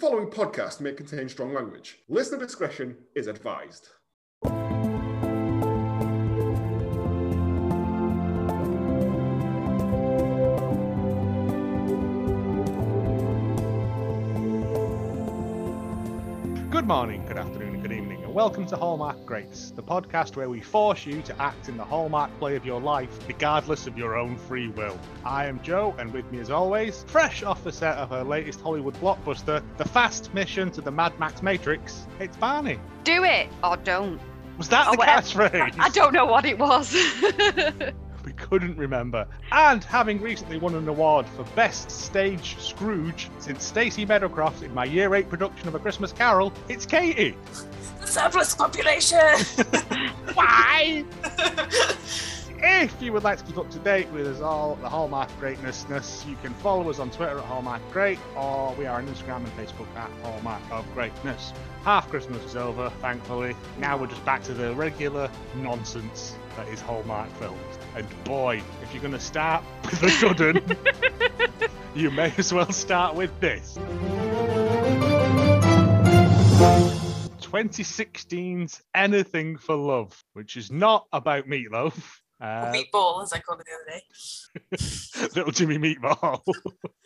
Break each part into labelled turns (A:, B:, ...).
A: following podcast may contain strong language. Listener discretion is advised.
B: Good morning, good afternoon, and good evening, and welcome to Hallmark Greats, the podcast where we force you to act in the Hallmark play of your life, regardless of your own free will. I am Joe, and with me as always, fresh off the set of her latest Hollywood blockbuster, The Fast Mission to the Mad Max Matrix, it's Barney.
C: Do it or don't.
B: Was that
C: Oh,
B: the
C: whatever.
B: catchphrase?
C: I don't know what it was.
B: We couldn't remember. And having recently won an award for Best Stage Scrooge since Stacey Meadowcroft in my Year 8 production of A Christmas Carol, it's Katie.
D: the surplus population.
B: Why? If you would like to keep up to date with us all, at the Hallmark Greatnessness, you can follow us on Twitter at Hallmark Great, or we are on Instagram and Facebook at Hallmark of Greatness. Half Christmas is over, thankfully. Now we're just back to the regular nonsense that is Hallmark films. And boy, if you're going to start with the good un, you may as well start with this. 2016's Anything for Love, which is not about meatloaf. Uh,
D: Meatball, as I called it the other day.
B: little Jimmy Meatball.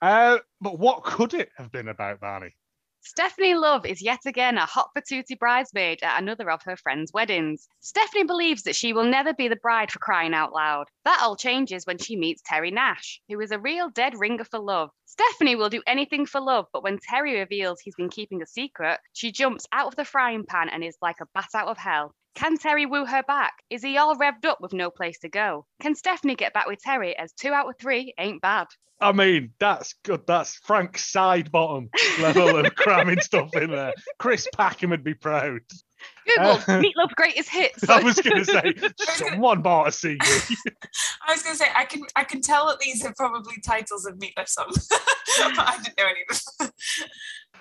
B: uh, but what could it have been about, Barney?
C: Stephanie Love is yet again a hot patootie bridesmaid at another of her friend's weddings. Stephanie believes that she will never be the bride for crying out loud. That all changes when she meets Terry Nash, who is a real dead ringer for love. Stephanie will do anything for love, but when Terry reveals he's been keeping a secret, she jumps out of the frying pan and is like a bat out of hell. Can Terry woo her back? Is he all revved up with no place to go? Can Stephanie get back with Terry as two out of three ain't bad?
B: I mean, that's good. That's Frank side bottom level of cramming stuff in there. Chris Packham would be proud.
C: Google
B: Uh,
C: Meatloaf Greatest Hits.
B: I was going to say, someone bought a CD.
D: I was going to say I can I can tell that these are probably titles of meatloaf songs, but I didn't know any of them.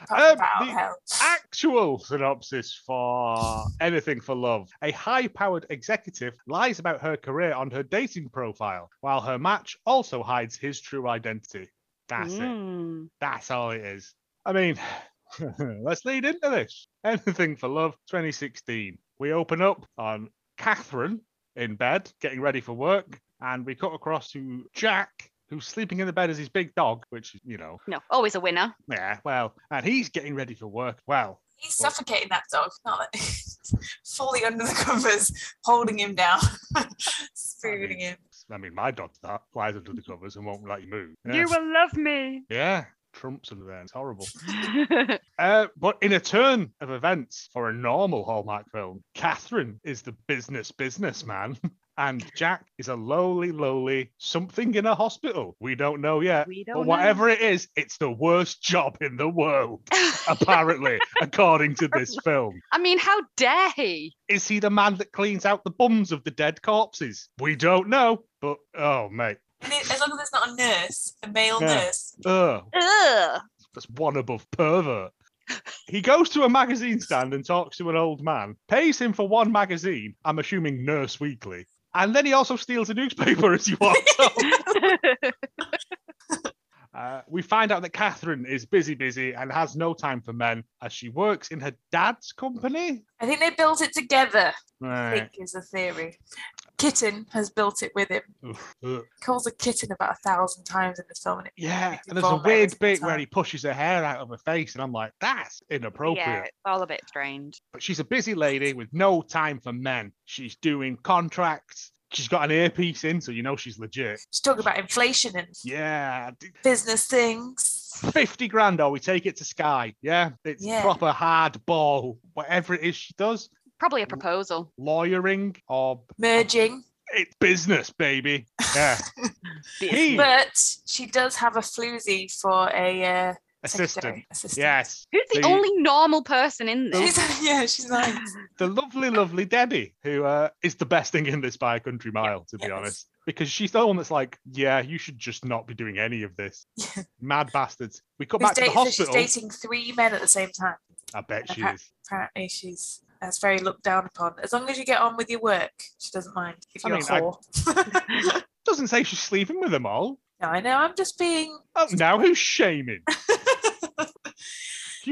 D: Apart
B: Um,
D: from Bat Out
B: the-
D: of Hell.
B: actual synopsis for Anything for Love. A high powered executive lies about her career on her dating profile, while her match also hides his true identity. That's it.
C: Mm.
B: That's all it is. I mean, let's lead into this. Anything for Love 2016. We open up on Catherine in bed, getting ready for work, and we cut across to Jack, who's sleeping in the bed as his big dog, which, is, you know,
C: No, always a winner.
B: yeah, well, and he's getting ready for work. Well,
D: He's suffocating that dog, not that fully under the covers, holding him down, spooning him.
B: I mean, my dog's that flies under the covers and won't let you move. Yeah,
C: will love me.
B: yeah. Trump's under there. It's horrible. Uh, but in a turn of events for a normal Hallmark film, Catherine is the business businessman, and Jack is a lowly, lowly something in a hospital. We don't know yet.
C: we
B: But whatever it is, it's the worst job in the world, apparently, according to this film.
C: I mean, how dare he?
B: Is he the man that cleans out the bums of the dead corpses? We don't know, but oh, mate.
D: And it, as long as it's not a nurse, a male
B: Yeah.
D: nurse,
B: Ugh.
C: Ugh.
B: that's one above pervert. He goes to a magazine stand and talks to an old man, pays him for one magazine, I'm assuming Nurse Weekly, and then he also steals a newspaper as he walks up. Uh, we find out that Catherine is busy, busy, and has no time for men as she works in her dad's company.
D: I think they built it together. I
B: Right.
D: think is the theory. Kitten has built it with him.
B: Ugh.
D: calls a kitten about a thousand times in this film, and it
B: Yeah,
D: Makes you
B: and there's a
D: vomit
B: weird
D: every
B: bit where
D: time.
B: he pushes her hair out of her face, and I'm like, that's inappropriate.
C: Yeah, it's all a bit strange.
B: but she's a busy lady with no time for men. She's doing contracts. She's got an earpiece in, so you know she's legit.
D: She's talking about inflation and
B: Yeah. d-
D: business things.
B: 50 grand, or we take it to Sky. Yeah. It's
D: Yeah.
B: proper hard ball. Whatever it is she does,
C: Probably a proposal.
B: lawyering or
D: Merging,
B: it's business, baby. Yeah. he,
D: but she does have a floozy for a uh,
B: assistant.
D: secretary- assistant.
B: Yes.
C: Who's the
B: The-
C: only normal person in this?
D: She's- yeah, she's nice.
B: The lovely, lovely Debbie, who uh, is the best thing in this by a country mile, to be
D: Yes.
B: honest. Because she's the one that's like, yeah, you should just not be doing any of this. Mad bastards. We come
D: Who's
B: back to the
D: date- so she's
B: hospital.
D: dating three men at the same time.
B: I bet she
D: Appa-
B: is.
D: Apparently, she's that's very looked down upon. As long as you get on with your work, she doesn't mind if
B: I
D: you're
B: mean,
D: a
B: I-
D: whore.
B: Doesn't say she's sleeping with them all.
D: no, I know. I'm just being
B: Oh, now who's shaming?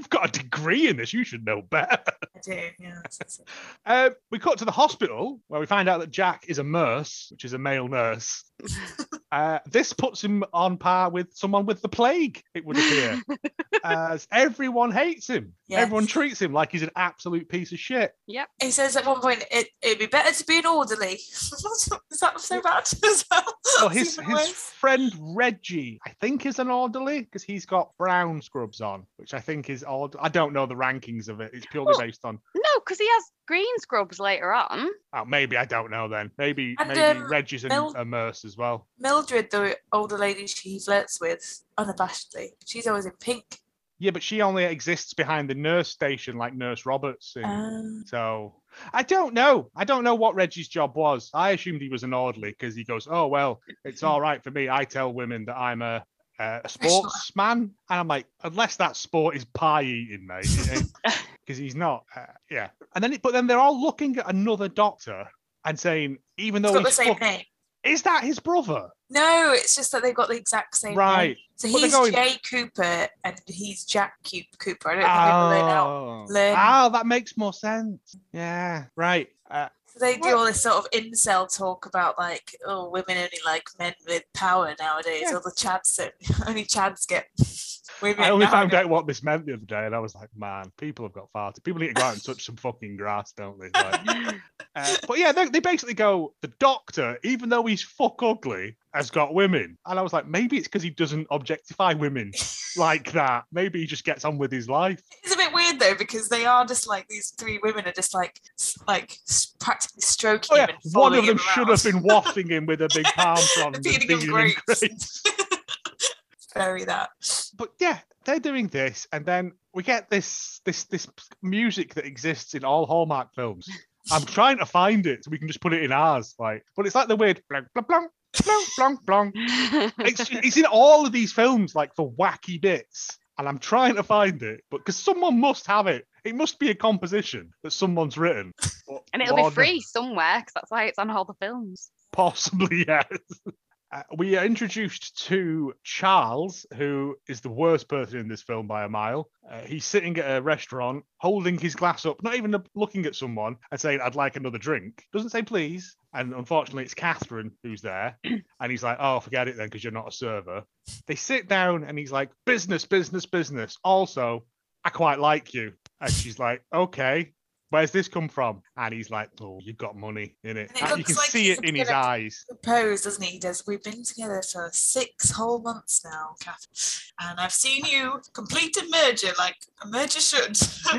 B: got a degree in this. You should know better.
D: I do. Yeah. that's- that's it.
B: Uh, we cut to the hospital where we find out that Jack is a nurse, which is a male nurse. Uh, this puts him on par with someone with the plague, it would appear, as everyone hates him.
D: Yes.
B: Everyone treats him like he's an absolute piece of shit.
D: He says at one point, it, it'd be better to be an orderly. Is that so bad as well?
B: Well,
D: It's
B: his
D: even
B: his
D: worse.
B: friend Reggie, I think, is an orderly because he's got brown scrubs on, which I think is odd. I don't know the rankings of it. It's purely
C: Well-
B: based on.
C: No, because he has green scrubs later on.
B: Oh, maybe I don't know then. Maybe
D: And,
B: maybe
D: um,
B: Reggie's an,
D: Mel-
B: a nurse as well.
D: Mildred, the older lady she flirts with unabashedly, she's always in pink.
B: Yeah, but she only exists behind the nurse station like Nurse Roberts. in-
D: Um,
B: So I don't know. I don't know what Reggie's job was. I assumed he was an orderly because he goes, "Oh well, it's all right for me. I tell women that I'm a." Uh, a sportsman, and I'm like, unless that sport is pie eating, mate, because he's not. Uh, yeah, and then, it, but then they're all looking at another doctor and saying, even
D: it's
B: though
D: got the
B: he's
D: same
B: fuck-
D: name.
B: is that his brother?
D: No, it's just that they've got the exact same
B: Right.
D: name. So
B: Well, they're
D: he's
B: going-
D: Jay Cooper and he's Jack Cu- Cooper. I don't think they've laid out.
B: Oh,
D: Learn.
B: Ah, that makes more sense. Yeah, right. Uh,
D: So they
B: What?
D: do all this sort of incel talk about like, oh, women only like men with power nowadays.
B: Yeah.
D: All the chads that only chads get women.
B: I only
D: now.
B: found out what this meant the other day, and I was like, man, people have got far too. People need to go out and touch some fucking grass, don't they? Like, uh, but yeah, they, they basically go, the doctor, even though he's fuck ugly, has got women. And I was like, maybe it's because he doesn't objectify women like that. Maybe he just gets on with his life.
D: It's a bit weird though because they are just like these three women are just like s- like s- practically stroking
B: Oh yeah,
D: him. and
B: one of
D: following
B: them
D: him
B: should
D: around.
B: have been wafting him with a big palm frond and
D: Feeding him
B: feeding him
D: grapes.
B: grapes.
D: bury that.
B: but yeah, they're doing this, and then we get this this this music that exists in all Hallmark films. I'm trying to find it so we can just put it in ours, like. But it's like the weird blong blong blong blong blong blong. It's it's in all of these films, like for wacky bits, and I'm trying to find it, but because someone must have it, it must be a composition that someone's written. But
C: and it'll be
B: Lord-
C: free somewhere because that's why it's on all the films.
B: Possibly, yes. Uh, we are introduced to Charles, who is the worst person in this film by a mile. Uh, he's sitting at a restaurant, holding his glass up, not even looking at someone, and saying, I'd like another drink. Doesn't say please. And unfortunately, it's Catherine who's there. And he's like, Oh, forget it then, because you're not a server. They sit down, and he's like, Business, business, business. Also, I quite like you. And she's like, Okay. Where's this come from? And he's like, "Oh, you've got money in it."
D: And it
B: And you
D: looks
B: can
D: like
B: see
D: he's
B: it in his
D: gonna-
B: eyes.
D: Propose, doesn't he? He does. We've been together for six whole months now, Kath, and I've seen you complete a merger like a merger should.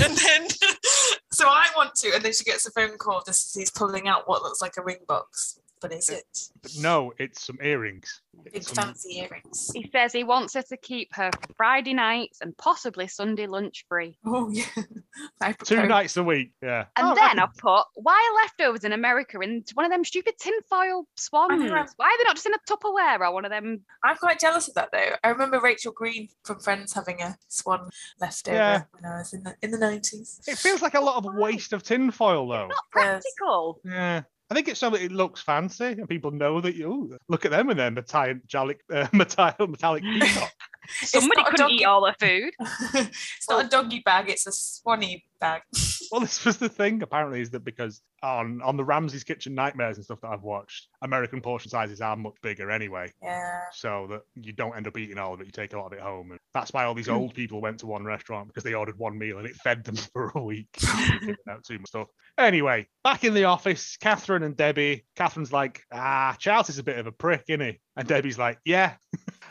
D: and then, so I want to, and then she gets a phone call just as he's pulling out what looks like a ring box. But is it
B: But no, it's some earrings.
D: big
B: It's some-
D: fancy earrings?
C: He says he wants her to keep her Friday nights and possibly Sunday lunch free.
D: Oh yeah, I
B: two
D: propose.
B: nights a week. Yeah.
C: And
B: Oh,
C: then
B: I
C: I put, why are leftovers in America in one of them stupid tinfoil swans? Why are they not just in a Tupperware or one of them?
D: I'm quite jealous of that though. I remember Rachel Green from Friends having a swan leftover
B: Yeah.
D: when I was in the in the nineties.
B: can- it feels like a lot of waste of tinfoil, though.
C: Not
D: Yes.
C: practical.
B: Yeah. I think it's so that it looks fancy and people know that you ooh, look at them and their metallic, uh, metallic, metallic peacock.
C: Somebody
D: not a
C: couldn't
D: donkey.
C: eat all the food.
D: it's not a doggy bag, it's a swanny bag.
B: well, this was the thing apparently is that because on on the Ramsey's Kitchen Nightmares and stuff that I've watched, American portion sizes are much bigger anyway,
D: Yeah.
B: so that you don't end up eating all of it. You take a lot of it home, and that's why all these old people went to one restaurant because they ordered one meal and it fed them for a week. giving out too much stuff. Anyway, back in the office, Catherine and Debbie. Catherine's like, ah, Charles is a bit of a prick, isn't he? And Debbie's like, yeah,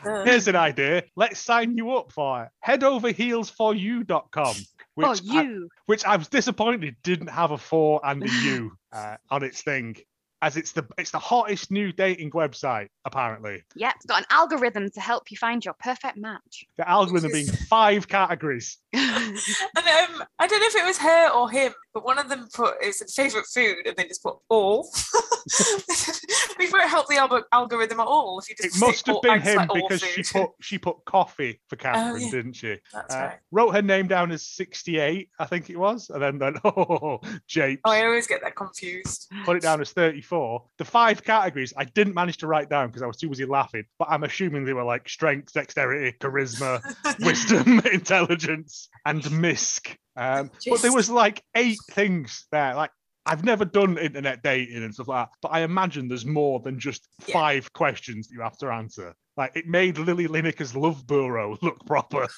D: Uh,
B: here's an idea. Let's sign you up for headoverheelsforyou.com. Which,
D: Oh,
C: For
B: I,
C: Oh, you.
B: which I was disappointed didn't have a four and a U uh, on its thing, as it's the it's the hottest new dating website apparently.
C: Yep, it's got an algorithm to help you find your perfect match.
B: The algorithm being five categories.
D: and um, I don't know if it was her or him, but one of them put it's a favourite food and they just put all. we won't help the alg- algorithm at all if you
B: It
D: just say
B: must have
D: all-
B: been
D: I just
B: him
D: like all
B: because she
D: food. Oh,
B: put she put coffee for Catherine,
D: yeah.
B: didn't she?
D: That's
B: Uh,
D: right.
B: Wrote her name down as 68, I think it was, and then went, oh, japes.
D: Oh, I always get that confused.
B: Put it down as 34. The five categories I didn't manage to write down because I was too busy laughing, but I'm assuming they were like strength, dexterity, charisma, wisdom, intelligence. and Misk. Um, but there was like eight things there. Like I've never done internet dating and stuff like that, but I imagine there's more than just
D: Yeah.
B: five questions that you have to answer. Like it made Lily Lineker's Love Bureau look proper.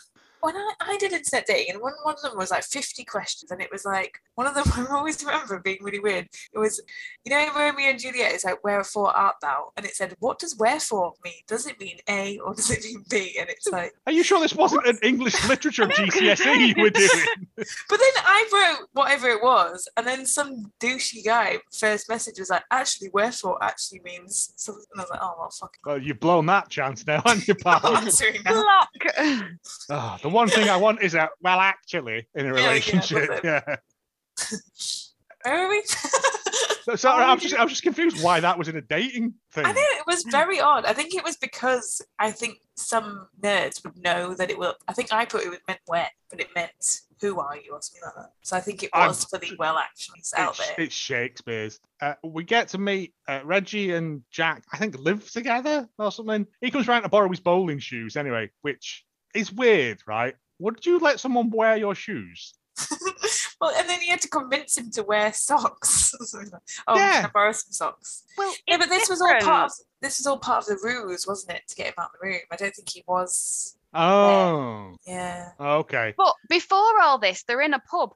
D: when I, I did internet dating, and one, one of them was like 50 questions, and it was like, one of them I always remember being really weird. It was, you know, in Romeo and Juliet, it's like, wherefore art thou? And it said, what does wherefore mean? Does it mean A or does it mean B? And it's like,
B: Are you sure this wasn't an English literature GCSE E you were doing?
D: but then I wrote whatever it was, and then some douchey guy first message was like, actually, wherefore actually means something. And I was like, oh, well, fuck.
B: Well, you've blown that chance now, haven't you,
D: I'm
B: pal?
D: answering now.
C: Block.
B: Ah, the one thing I want is a well, actually, in a
D: Yeah, yeah,
B: relationship.
D: that's it.
B: Yeah.
D: Where are we?
B: So, so I'm just, I'm just confused why that was in a dating thing.
D: I know it was very odd. I think it was because I think some nerds would know that it will. I think I thought it was meant wet, but it meant who are you or something like that. So I think it
B: I'm-
D: was for the well actions out
B: It's,
D: there.
B: it's Shakespeare's. Uh, we get to meet uh, Reggie and Jack. I think live together or something. He comes round to borrow his bowling shoes anyway, which is weird, right? Would you let someone wear your shoes?
D: well, and then you had to convince him to wear socks. oh,
B: Yeah.
D: can I borrow some socks?
C: Well,
D: Yeah, but this was all
C: different.
D: part of this was all part of the ruse, wasn't it, to get him out of the room? I don't think he was.
B: Oh,
D: Yeah.
B: okay.
C: But before all this, they're in a pub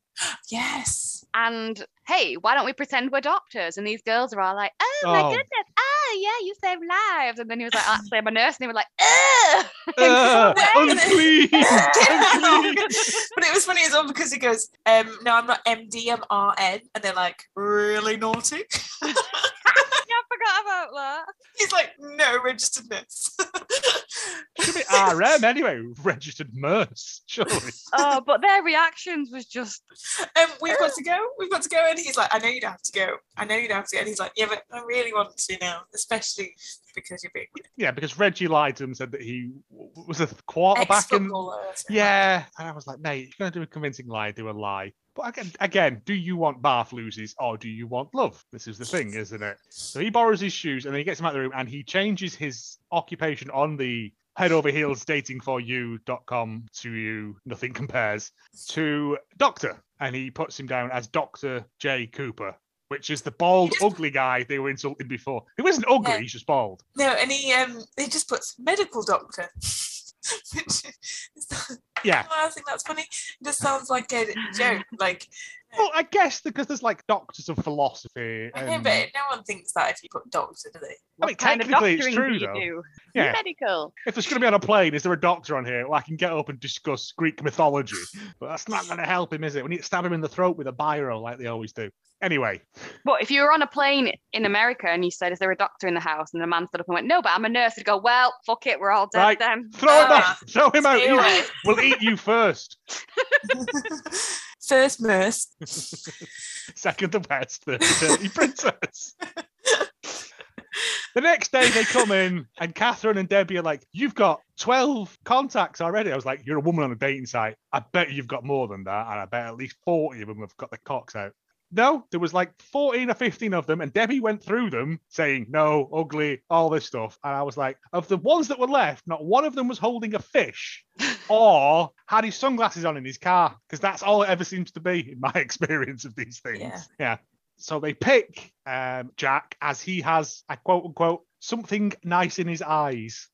D: Yes.
C: and hey, why don't we pretend we're doctors? And these girls are all like, oh, my
B: Oh.
C: goodness, ah, yeah, you save lives. And then he was like, actually, I'm a nurse. And they were like, ugh.
B: Uh,
D: wearing it.
B: unclean, unclean.
D: but it was funny as well because he goes, um, "No, I'm not MD, I'm RN," and they're like, "Really naughty."
C: Yeah, I forgot about that.
D: He's like, no, registered nurse.
B: Should be RM anyway. Registered nurse, surely.
C: Oh, but their reactions was just,
D: um, we've got to go. We've got to go. And he's like, I know you don't have to go. I know you don't have to go. And he's like, yeah, but I really want to now, especially because you're being
B: Yeah, because Reggie lied to him, said that he w- was a th- quarterback in
D: ex-footballer. or something.
B: Yeah, and I was like, mate, if you're gonna do a convincing lie, do a lie. But again, again, do you want Bath loses or do you want love? This is the thing, isn't it? So he borrows his shoes and then he gets him out of the room and he changes his occupation on the head over heels dating for you.com to you, nothing compares, to doctor. And he puts him down as Dr. J. Cooper, which is the bald, ugly guy they were insulting before. He isn't ugly,
D: Yeah.
B: he's just bald.
D: No, and he um, he just puts medical doctor. Which is not-
B: Yeah.
D: I think that's funny. It just sounds like a joke. Like,
B: Well, I guess because there's like doctors of philosophy.
D: I know,
B: And,
D: but no one thinks that if you put doctor, do they?
B: I mean,
C: kind of
B: technically,
C: doctoring
B: it's
C: do
B: true,
C: you
B: though.
C: do?
B: Yeah.
C: Medical.
B: if there's going to be on a plane, is there a doctor on here? Well, I can get up and discuss Greek mythology, but that's not going to help him, is it? We need to stab him in the throat with a biro like they always do. Anyway,
C: But if you were on a plane in America and you said, is there a doctor in the house? And the man stood up and went, no, but I'm a nurse. He'd go, well, fuck it, we're all dead
B: Right.
C: then.
B: throw him
D: Ah,
B: out, throw him out.
D: stay away.
B: You, we'll eat you first.
D: First nurse.
B: Second, the best, the dirty princess. The next day they come in and Catherine and Debbie are like, You've got 12 contacts already. I was like, You're a woman on a dating site. I bet you've got more than that. And I bet at least 40 of them have got their cocks out. No, there was like 14 or 15 of them, and Debbie went through them saying, No, ugly, all this stuff. And I was like, Of the ones that were left, not one of them was holding a fish or had his sunglasses on in his car, because that's all it ever seems to be in my experience of these things.
D: Yeah.
B: yeah. So they pick um, Jack as he has, I quote unquote, something nice in his eyes,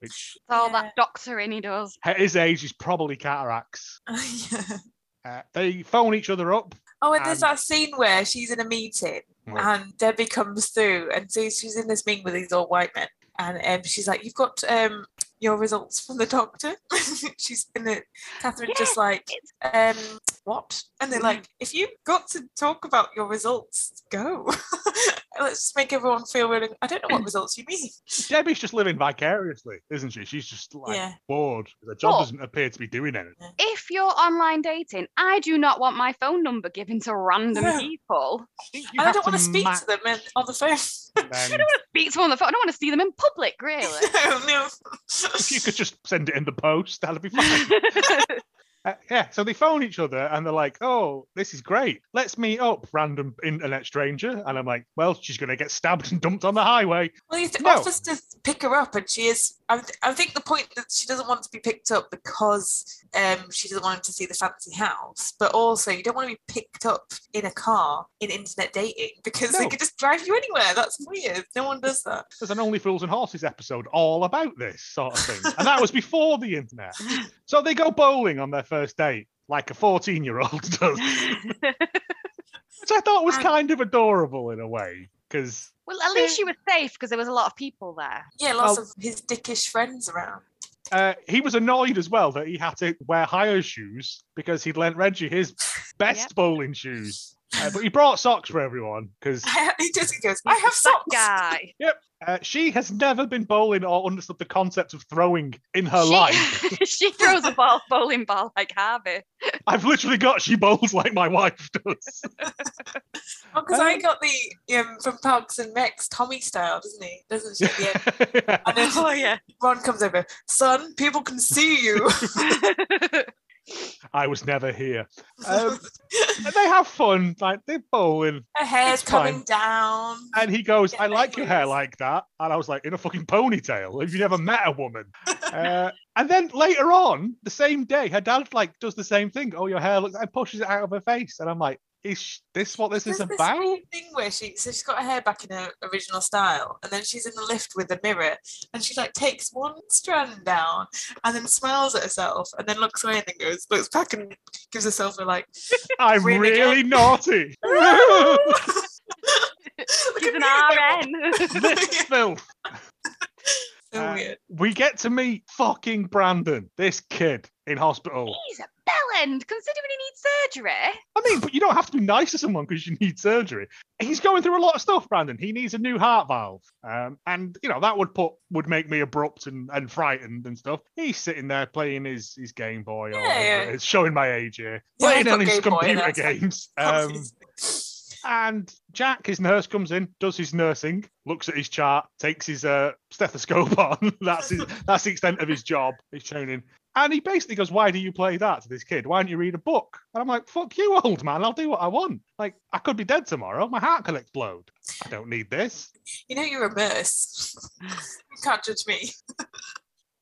B: which
C: It's all
D: Yeah.
C: that doctoring he does.
B: at his age is probably cataracts.
D: Oh, yeah.
B: Uh, they phone each other up.
D: Oh, and there's
B: Um,
D: that scene where she's in a meeting
B: Right.
D: and Debbie comes through and so she's in this meeting with these all white men and um, she's like, "You've got um, your results from the doctor." she's in it. Catherine just like, um, "What?" And they're
B: Mm.
D: like, "If you've got to talk about your results, go. Let's just make everyone feel really." I don't know what results you mean.
B: Debbie's just living vicariously, isn't she? She's just like
D: Yeah.
B: bored. The job
C: Well-
B: doesn't appear to be doing anything.
C: If you're online dating, I do not want my phone number given to random
D: No.
C: people.
B: You
D: and I
B: have
D: don't want to speak
B: match
D: to them and, on the phone.
B: them.
C: Beats one on the phone. I don't want to see them in public, really.
D: no, no.
B: if you could just send it in the post, that'd be fine. Uh, Yeah, so they phone each other and they're like, "Oh, this is great. Let's meet up, random internet stranger." And I'm like, "Well, she's gonna get stabbed and dumped on the highway."
D: Well, he
B: No.
D: offers to pick her up, and she is. I, th- I think the point that she doesn't want to be picked up because um, she doesn't want him to see the fancy house, but also you don't want to be picked up in a car in internet dating because they
B: No.
D: could just drive you anywhere. That's weird. No one does that.
B: There's an Only Fools and Horses episode all about this sort of thing, and that was before the internet. So they go bowling on their first date, like a 14 year old does, which I thought was
D: Um,
B: kind of adorable in a way because
C: well, at least she was safe because there was a lot of people there.
D: Yeah, lots
B: Oh.
D: of his dickish friends around.
B: uh, he was annoyed as well that he had to wear higher shoes because he'd lent Reggie his best
C: Yep.
B: bowling shoes. Uh, but he brought socks for everyone because
D: he just goes. I have
C: that
D: socks.
C: guy.
B: uh, she has never been bowling or understood the concept of throwing in her
C: she,
B: life.
C: she throws a ball, bowling ball like Harvey.
B: I've literally got she bowls like my wife does.
D: Because I got the um, from Parks and Recs Tommy style, doesn't he? Doesn't she? Yeah. And then
C: yeah.
D: Ron comes over. Son, people can see you.
B: I was never here. Um, and they have fun, like they're bowling.
D: Her hair's
B: It's fine. Uh,
D: coming down.
B: And he goes,
D: Yeah,
B: I like your hair
D: yes.
B: like that. And I was like, in a fucking ponytail. Have you never met a woman? Uh, and then later on, the same day, her dad like does the same thing. Oh, your hair looks and pushes it out of her face. And I'm like, is sh- this what this is
D: There's this
B: about?
D: weird thing where she so she's got her hair back in her original style, and then she's in the lift with a mirror, and she like takes one strand down, and then smiles at herself, and then looks away and then goes looks back and gives herself a like
B: I'm
D: Grin
B: really
D: again.
B: naughty.
D: look
C: She's
D: at
C: an
D: me go.
C: RN.
B: this filth.
D: So
B: Uh,
D: weird.
B: we get to meet fucking Brandon, this kid in hospital.
C: He's a bellend, considering he needs surgery.
B: I mean, but you don't have to be nice to someone because you need surgery. He's going through a lot of stuff, Brandon. He needs a new heart valve, um, and you know that would put would make me abrupt and, and frightened and stuff. He's sitting there playing his his Game Boy, or
D: Yeah,
B: whatever
D: yeah.
B: it is, showing my age here,
D: Yeah,
B: playing
D: I've
B: on
D: got
B: his
D: Game Boy,
B: computer
D: that's fine.
B: games. Um, and Jack, his nurse, comes in, does his nursing, looks at his chart, takes his uh, stethoscope on. that's his, that's the extent of his job, his training. And he basically goes, "Why do you play that to this kid? Why don't you read a book?" And I'm like, "Fuck you, old man! I'll do what I want. Like, I could be dead tomorrow. My heart could explode. I don't need this."
D: you know you're a nurse. you can't judge me.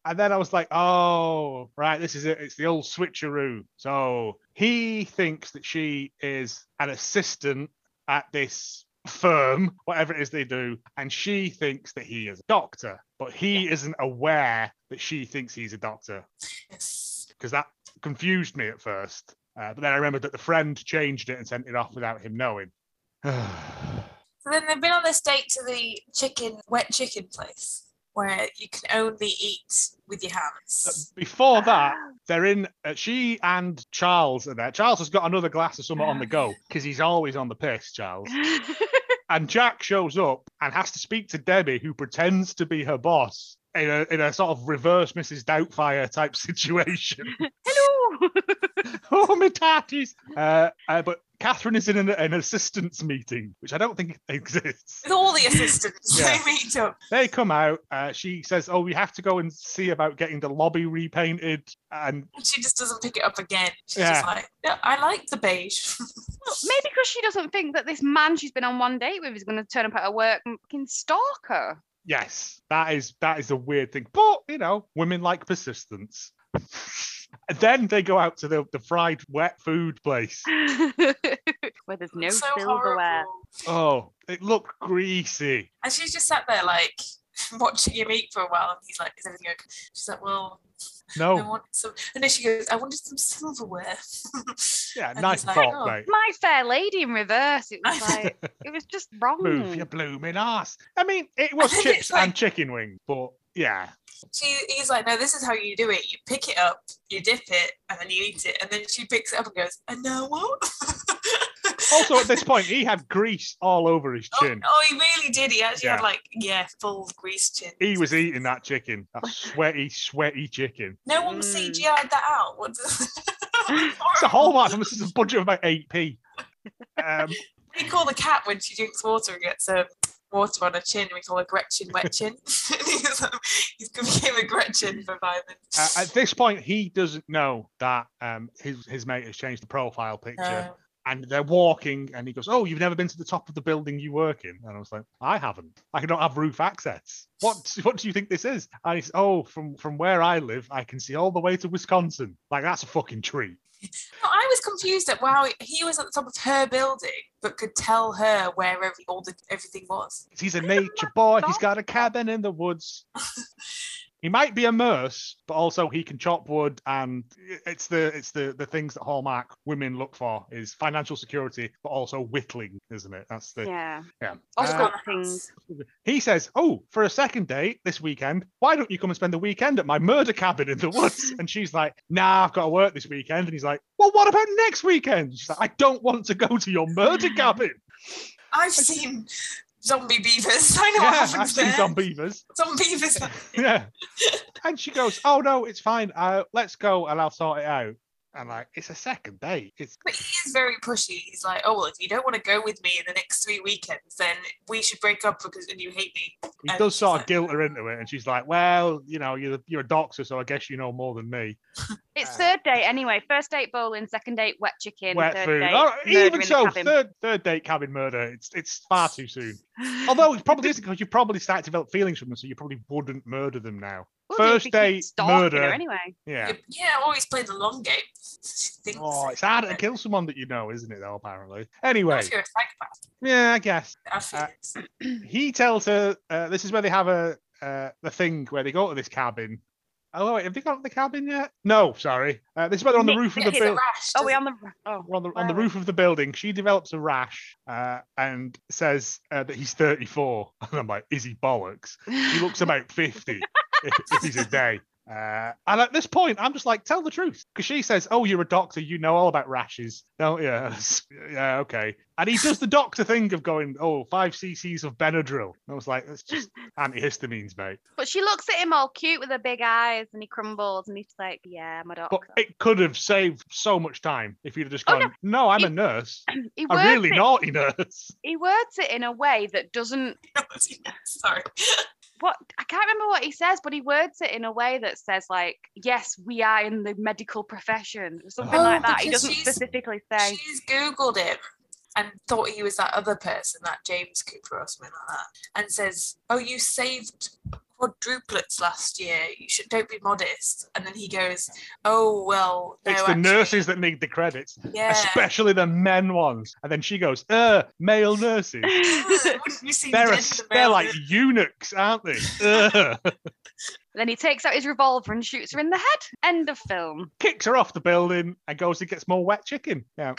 B: And then I was like, oh, right, this is it. It's the old switcheroo. So he thinks that she is an assistant at this firm, whatever it is they do. And she thinks that he is a doctor, but he isn't aware that she thinks he's a doctor
D: Yes.
B: because that confused me at first. Uh, but then I remembered that the friend changed it and sent it off without him knowing.
D: So then they've been on this date to the chicken, wet chicken place where you can only eat with your
B: But
D: hands.
B: before Oh, that, they're in. Uh, she and Charles are there. Charles has got another glass of something on the go because he's always on the piss, Charles. And Jack shows up and has to speak to Debbie, who pretends to be her boss in a in a sort of reverse Mrs. Doubtfire type situation.
C: Hello.
B: oh, my tatties! Uh, uh, but Catherine is in an, an assistants meeting, which I don't think exists.
D: With all the assistants,
B: Yeah.
D: they meet up.
B: They come out. Uh, she says, "Oh, we have to go and see about getting the lobby repainted." And
D: And she just doesn't pick it up again. She's
B: Yeah.
D: just like, no, I like the beige.
C: Well, maybe because she doesn't think that this man she's been on one date with is going to turn up at her work and fucking stalk her.
B: Yes, that is that is a weird thing. But you know, women like persistence. And then they go out to the, the fried wet food place.
C: Where there's no
D: so
C: silverware.
D: horrible.
B: Oh, it looked greasy.
D: And she's just sat there like watching him eat for a while and he's like, is everything okay? She's like, well, I
B: No,
D: want some and then she goes, I wanted some silverware.
B: yeah,
D: And he's
B: nice
D: like,
B: thought,
D: "Oh,
B: mate.
C: My fair lady in reverse. It was like it was just wrong.
B: Move your blooming ass. I mean, it was
D: Oh. think
B: chips
D: it's like-
B: and chicken wings, but yeah,
D: she he's like, No, this is how you do it. You pick it up, you dip it, and then you eat it. And then she picks it up and goes, And now what?
B: also at this point he had grease all over his
D: oh,
B: chin.
D: oh, he really did. He actually
B: Yeah.
D: had like, yeah, full grease chin.
B: He was eating that chicken, that sweaty, swety chicken.
D: No one
C: Mm.
D: CGI'd that out. What
B: It's a hallmark. and This is a budget of about eight p. Um,
D: They call the cat when she drinks water and gets um, water on her chin. We call her Gretchen Wet Chin. he's, um, he's became a Gretchen for Ivan.
B: Uh, at this point, he doesn't know that um, his his mate has changed the profile picture.
D: Uh,
B: and they're walking, and he goes, "Oh, you've never been to the top of the building you work in?" And I was like, "I haven't. I don't have roof access. What what do you think this is?" And he's, "Oh, from from where I live, I can see all the way to Wisconsin. Like that's a fucking treat."
D: no, I was confused at wow he was at the top of her building, but could tell her where every, all the everything was.
B: He's a nature boy. He's got a cabin in the woods. He might be a merce, but also he can chop wood, and it's the it's the the things that hallmark women look for is financial security, but also whittling, isn't it? That's the
C: Yeah.
B: yeah.
C: Also
B: Uh,
C: got things.
B: He says, "Oh, for a second date this weekend, why don't you come and spend the weekend at my murder cabin in the woods?" and she's like, "Nah, I've got to work this weekend." And he's like, "Well, what about next weekend?" She's like, "I don't want to go to your murder cabin."
D: I've seen zombie beavers. I know what
B: yeah, I've
D: happens
B: seen
D: there.
B: some beavers.
D: Some beavers.
B: Yeah, and she goes, "Oh no, it's fine. Uh, let's go, and I'll sort it out." And like, it's a second date. It's
D: But he is very pushy. He's like, oh well, if you don't want to go with me in the next three weekends, then we should break up because and you hate me.
B: he
D: And
B: does
D: she's
B: sort of
D: like-
B: guilt her into it, and she's like, "Well, you know, you're you're a doctor, so I guess you know more than me."
C: It's
B: uh,
C: third date anyway. First date bowling, second date wet chicken,
B: Wet
C: third
B: food.
C: date
B: All right,
C: murder in
B: even
C: the
B: so,
C: cabin.
B: third third date cabin murder. It's it's far too soon. Although it probably isn't because you probably start to develop feelings from them, so you probably wouldn't murder them now.
C: Well,
B: first
C: they keep
B: date
C: stalking her
B: murder.
C: Anyway,
B: Yeah.
D: Yeah, I always play the long game. She thinks.
B: Oh, it's harder to kill someone that you know, isn't it? Though apparently. Anyway,
D: Not if you're a psychopath.
B: yeah, I guess
D: I feel
B: Uh,
D: it.
B: he tells her uh, this is where they have a uh, the thing where they go to this cabin. Oh wait, have they gone to the cabin yet? No, sorry. Uh, this is where they're on the
C: Nick
B: roof of the
D: It's a
B: building.
D: rash.
C: Oh, we
D: doesn't
C: on the oh,
B: We're on the, on the
C: Wow.
B: roof of the building. She develops a rash uh, and says uh, that he's 34. And I'm like, is he bollocks? He looks about 50 if, if he's a day. Uh, and at this point, I'm just like, tell the truth. Because she says, Oh, you're a doctor. You know all about rashes. No, yeah, yeah, okay. And he does the doctor thing of going, Oh, five cc's of Benadryl. And I was like, That's just antihistamines, mate.
C: but she looks at him all cute with her big eyes, and he crumbles, and he's like, "Yeah, my doctor."
B: But it could have saved so much time if you'd have just
C: Oh,
B: gone,
C: no.
B: No, I'm a
C: It-
B: nurse,
C: he
B: a
C: words
B: really
C: it.
B: naughty nurse.
C: He words it in a way that doesn't.
D: it? Sorry.
C: What I can't remember what he says, but he words it in a way that says like, "Yes, we are in the medical profession," or something
B: Oh,
C: like that. He
D: because
C: doesn't
D: she's-
C: specifically say.
D: She's Googled him and thought he was that other person, that James Cooper or something like that, and says, Oh, you saved quadruplets last year. You should don't be modest. And then he goes, Oh well no,
B: It's the
D: actually,
B: nurses that need the credits,
C: uh,
D: Yeah.
B: especially the men ones. And then she goes, uh, male nurses.
D: Wouldn't you see the
B: They're, a,
D: end of the
B: they're
D: male
B: like
D: nurse?
B: eunuchs, aren't they? Ugh.
C: Then he takes out his revolver and shoots her in the head. End of film.
B: Kicks her off the building and goes and gets more wet chicken. Yeah.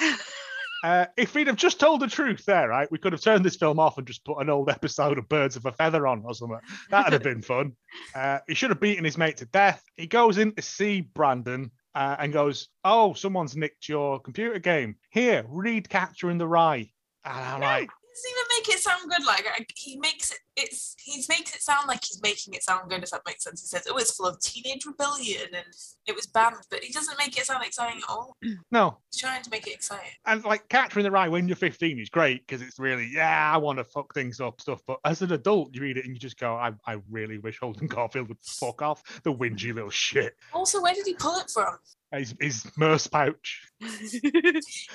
B: Uh, if we'd have just told the truth there, right, we could have turned this film off and just put an old episode of Birds of a Feather on or something. That'd have been fun. Uh, he should have beaten his mate to death. He goes in to see Brandon uh, and goes, Oh, someone's nicked your computer game. Here, read Catcher in the Rye. And I'm like,
D: He doesn't even make it sound good. Like I- he makes it, it's he makes it sound like he's making it sound good. If that makes sense, he says, "Oh, it's full of teenage rebellion and it was banned," but he doesn't make it sound exciting at all.
B: No,
D: He's trying to make it exciting.
B: and like Catcher in the Rye when you're 15 is great because it's really yeah I want to fuck things up stuff. But as an adult, you read it and you just go I, I really wish Holden Caulfield would fuck off the whingy little shit.
D: Also, where did he pull it from?
B: His, his merce pouch.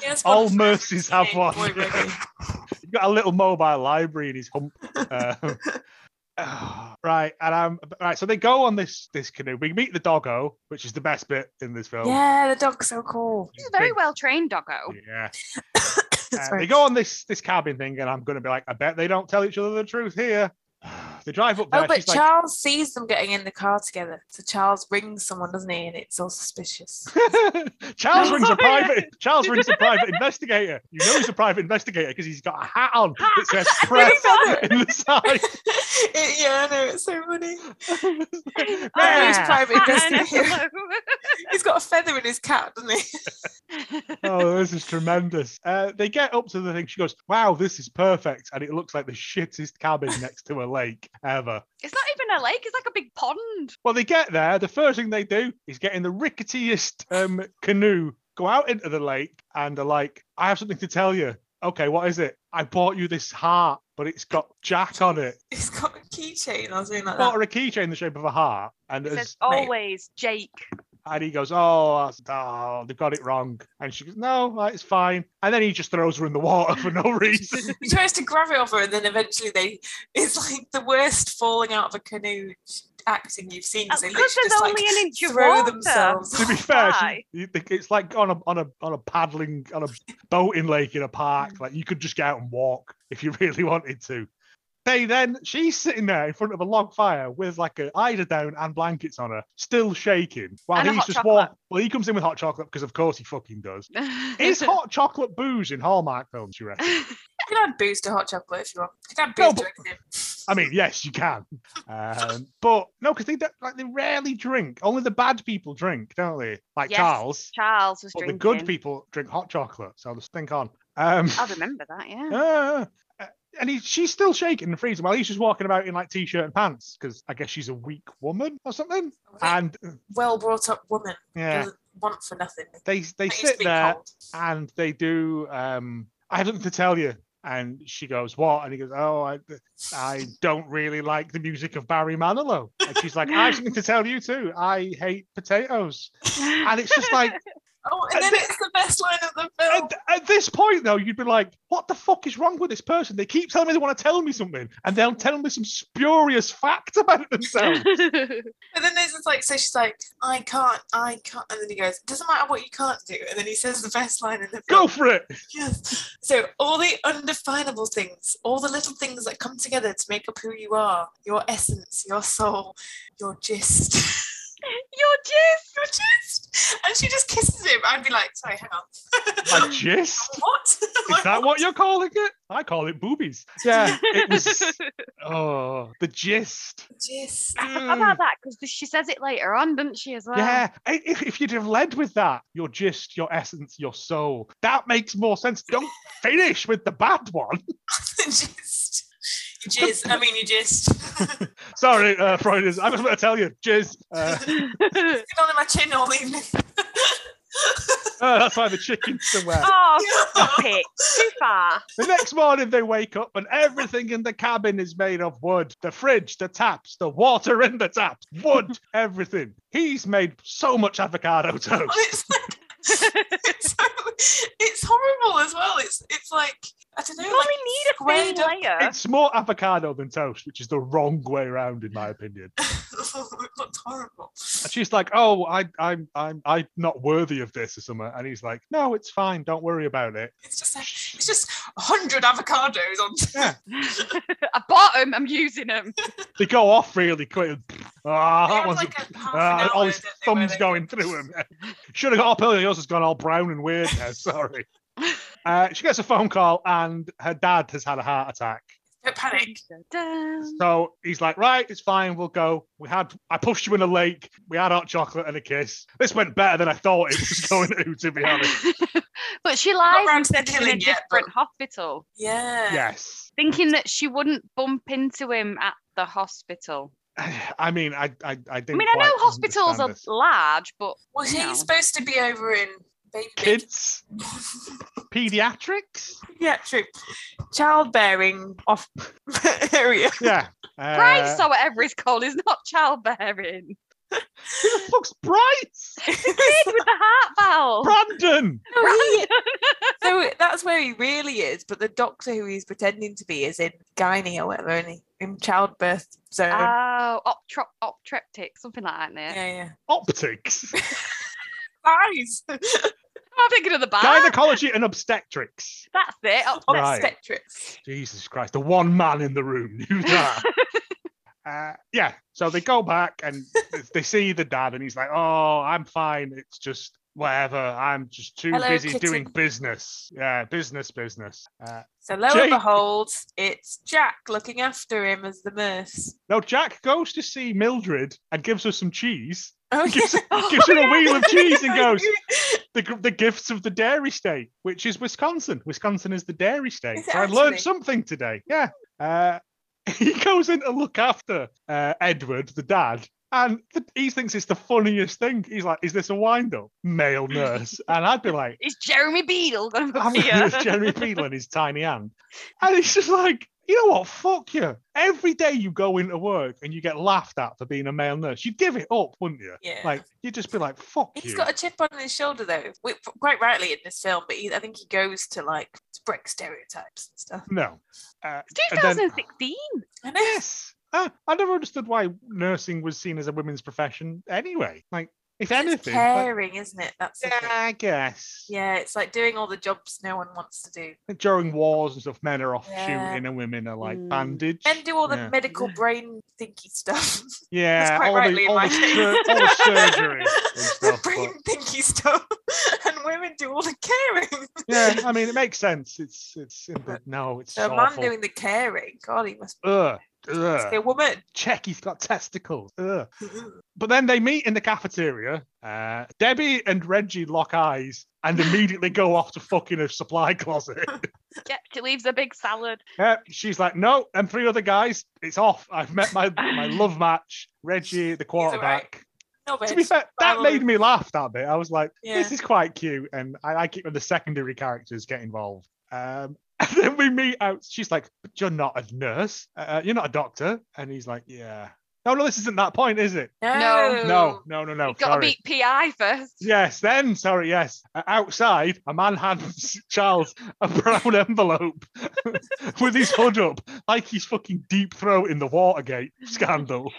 D: Yes,
B: All mercies have one. He's got a little mobile library in his hump. Um, ah, right, and I'm right. So they go on this this canoe. We meet the doggo, which is the best bit in this film.
D: Yeah, the dog's so cool.
C: He's a very well trained doggo.
B: Yeah. Uh,
D: Sorry.
B: they go on this this cabin thing, and I'm going to be like, I bet they don't tell each other the truth here. They drive up there.
D: Oh, but
B: she's like,
D: Charles sees them getting in the car together. So Charles rings someone, doesn't he? And it's all suspicious.
B: Charles rings a
C: Oh, yeah.
B: private. Charles rings a private investigator. You know he's a private investigator because he's got a hat on that says "press" in the side.
D: It- yeah, I know. It's so funny.
C: Yeah.
D: Irish
B: There.
D: private investigator.
C: I
D: He's got a feather in his cap, doesn't he?
C: know.
B: Oh, this is tremendous. Uh, they get up to the thing. She goes, "Wow, this is perfect," and it looks like the shittest cabin next to a lake ever.
C: it's not even a lake, it's like a big pond.
B: Well, they get there. The first thing they do is get in the ricketiest um, canoe, go out into the lake, and are like, I have something to tell you. okay, what is it? I bought you this heart, but it's got Jack on it.
D: It's got a keychain or something like
B: Bought
D: that.
B: her a keychain in the shape of a heart, and
C: Uh. It
B: as,
C: says always Jake.
B: and he goes, "Oh, that's, oh, they've got it wrong," and she goes, "No, it's fine," and then he just throws her in the water for no reason.
D: He tries to grab it off her, and then eventually they. It's like the worst falling out of a canoe acting you've seen. 'cause they
C: Because
D: literally
C: there's
D: just
C: only
D: like
C: an inch of
D: throw
C: water.
D: themselves.
B: to be fair,
C: Why?
B: she, you think it's like on a on a on a paddling on a boating lake in a park. Like you could just get out and walk if you really wanted to. They then she's sitting there in front of a log fire with like a eiderdown and blankets on her, still shaking. While
C: And a
B: he's
C: hot
B: just
C: chocolate.
B: walk. Well, he comes in with hot chocolate because of course he fucking does. Is hot chocolate booze in Hallmark films? You reckon?
D: You can add booze to hot chocolate if you want. You can add
B: No,
D: booze to anything.
B: I mean, yes, you can. Um, but no, because they don't, like they rarely drink. Only the bad people drink, don't they? Like
C: Yes.
B: Charles.
C: Charles was
B: But
C: drinking.
B: the good people drink hot chocolate, so just think on. Um,
C: I'll remember that, yeah. Oh.
B: ah, uh, and he, she's still shaking in the freezer while he's just walking about in like t-shirt and pants because I guess she's a weak woman or something. And
D: Well brought up woman
B: yeah,
D: doesn't want for nothing.
B: they they
D: That used to
B: sit
D: be
B: there
D: cold.
B: and they do. Um, I have something to tell you. And she goes, "What?" And he goes, "Oh, I, I don't really like the music of Barry Manilow." And she's like, "I have something to tell you too. I hate potatoes." And it's just like,
D: Oh, and then
B: And-
D: it's the best line of the film.
B: at, at this point though, you'd be like, "What the fuck is wrong with this person? They keep telling me they want to tell me something, and they'll tell me some spurious fact about themselves."
D: And then there's this like, so she's like, I can't, I can't. And then he goes, it doesn't matter what you can't do. And then he says the best line in the
B: Go
D: film.
B: for it.
D: Yes. So all the undefinable things, all the little things that come together to make up who you are, your essence, your soul, your gist.
C: You're just
D: your gist. And she just kisses him. I'd be like, sorry, hang on.
B: My gist.
D: what?
B: Is that what you're calling it? I call it boobies. Yeah, it was. Oh, the gist.
D: gist?
C: I forgot about that because she says it later on, doesn't she, as well?
B: Yeah, I- if, if you'd have led with that, your gist, your essence, your soul, that makes more sense. Don't finish with the bad one.
D: gist. Your gist. I mean, your gist. Been
B: Sorry, uh, Freuders, I was going to tell you, jizz. Uh,
D: on my chin all evening.
B: oh, that's why the chicken's somewhere.
C: oh, stop it. Too far.
B: The next morning they wake up and everything in the cabin is made of wood. The fridge, the taps, the water in the taps, wood, everything. He's made so much avocado toast.
D: it's, it's, so- it's horrible as well. It's it's like I don't know.
C: You
D: like,
C: only need a
D: squared
C: thin
D: up-
C: layer.
B: It's more avocado than toast, which is the wrong way around, in my opinion.
D: it looked horrible.
B: And she's like, "Oh, I, I'm, I'm, I'm not worthy of this or something." And he's like, "No, it's fine. Don't worry about it."
D: It's just like, it's just hundred avocados on.
C: I bought them. I'm using them.
B: They go off really quick. Ah,
D: They
B: that
D: have
B: one's
D: like a half an
B: ah,
D: hour,
B: all his
D: don't they, where
B: thumbs
D: they-
B: going through him. Should have got up earlier. Yours has gone all brown and weird now. Sorry. Uh, she gets a phone call and her dad has had a heart attack.
D: Don't panic.
B: So he's like, right, it's fine, we'll go. We had, I pushed you in a lake. We had hot chocolate and a kiss. This went better than I thought it was going to, to be honest.
C: but she
D: Not
C: lies
D: round to
C: in a
D: killing yet, but
C: different hospital,
D: yeah.
B: Yes.
C: thinking that she wouldn't bump into him at the hospital.
B: I mean, I, I, I
C: I
B: didn't.
C: mean, I know
B: quite
C: hospitals
B: understand
C: are
B: this.
C: large, but
D: Well, he's
C: No.
D: supposed to be over in baby
B: kids, pediatrics.
D: pediatric childbearing off area.
B: Yeah. Uh,
C: Bryce or whatever it's called is not childbearing.
B: Who the fuck's Bryce?
C: Kid with the heart valve.
B: Brandon.
D: so that's where he really is, but the doctor who he's pretending to be is in gynae or whatever, and he, in childbirth zone.
C: Oh, optro- optreptic, something like that, isn't it?
D: yeah, yeah.
B: Optics.
D: Eyes.
C: I'm thinking of the bar.
B: Gynecology and obstetrics.
C: That's it. Oh, Op-
B: Right.
D: Obstetrics.
B: Jesus Christ, the one man in the room knew that. uh, yeah, so they go back and they see the dad, and he's like, "Oh, I'm fine. It's just whatever. I'm just too
D: Hello,
B: busy
D: kitten."
B: doing business. Yeah, business, business." Uh,
D: So lo
B: Jake-
D: and behold, it's Jack looking after him as the nurse.
B: now Jack goes to see Mildred and gives her some cheese.
D: Oh,
B: Gives, her-
D: yeah.
B: gives her a wheel of cheese and
D: I
B: goes,
D: agree.
B: the, gr- the gifts of the dairy state, which is Wisconsin. Wisconsin is the dairy state.
D: Is it
B: So I've learned
D: actually?
B: something today. Yeah. Uh, he goes in to look after uh, Edward, the dad, And th- he thinks it's the funniest thing. He's like, "Is this a wind up male nurse?" And I'd be like,
C: It's Jeremy Beadle going to
B: "I'm
C: be here.
B: with Jeremy Beadle in his tiny hand," and it's just like. You know what? Fuck you. Every day you go into work and you get laughed at for being a male nurse, you'd give it up, wouldn't you?
D: Yeah.
B: Like, you'd just be like, fuck
D: He's
B: you.
D: got a chip on his shoulder though, we- quite rightly in this film. But he, I think he goes to like to break stereotypes and stuff.
B: no. Uh, and then-
C: 2016.
D: I know.
B: Yes. Uh, I never understood why nursing was seen as a women's profession anyway. Like, if
D: It's
B: anything. like-
D: caring, isn't it? That's the
B: yeah,
D: thing.
B: I guess.
D: yeah. It's like doing all the jobs no one wants to do.
B: Like, During wars and stuff, men are off
D: Yeah.
B: shooting and women are like
C: Mm.
B: bandaged.
D: Men do all the
B: Yeah.
D: medical brain thinky stuff.
B: yeah,
D: quite
B: all, the,
D: rightly
B: all, the
D: my
B: sur-
D: case.
B: all the surgery and
D: the
B: stuff. but-
D: brain thinky stuff, and women do all the caring.
B: yeah, I mean, it makes sense. It's, it's, but no, it's
D: So
B: so
D: a man
B: awful.
D: doing the caring, God, he must
B: Ugh,
D: must be a
B: ugh.
D: woman.
B: Check, he's got testicles. Ugh. But then they meet in the cafeteria. Uh, Debbie and Reggie lock eyes and immediately go off to fucking a supply closet.
C: Yep, she leaves a big salad.
B: Uh, she's like, no, and three other guys, it's off. I've met my, my love match, Reggie, the quarterback.
D: No,
B: To be
D: bitch.
B: fair, that
D: Finally.
B: made me laugh that bit. I was like, this
D: Yeah.
B: is quite cute. And I like it when the secondary characters get involved. Um, and then we meet out. She's like, but you're not a nurse. Uh, you're not a doctor. And he's like, yeah. "Oh, No, no, this isn't that point, is it?
C: No.
B: No, no, no, no.
C: You've got to
B: Oh, sorry.
C: beat PI first.
B: Yes, then, sorry, yes. Uh, Outside, a man hands Charles a brown envelope with his hood up, like he's fucking deep throat in the Watergate scandal.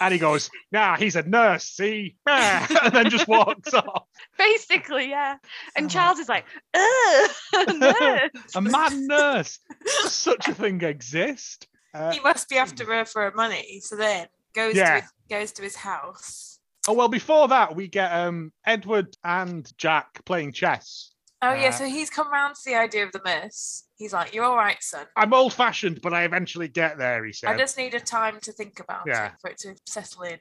B: And he goes, Nah, he's a nurse, see? Ah," and then just walks off.
C: Basically, yeah. And
B: Oh.
C: Charles is like, ugh, nerd.
B: A man nurse. Does such a thing exist? Uh,
D: He must be after her for her money. So then goes
B: Yeah.
D: to his, goes to his house.
B: oh, well, before that, we get um, Edward and Jack playing chess.
D: Oh yeah,
B: Uh,
D: so he's come round to the idea of the nurse. He's like, "You're all right, son.
B: I'm old fashioned, but I eventually get there, he
D: I
B: said.
D: just need a time to think about
B: Yeah.
D: it for it to settle in."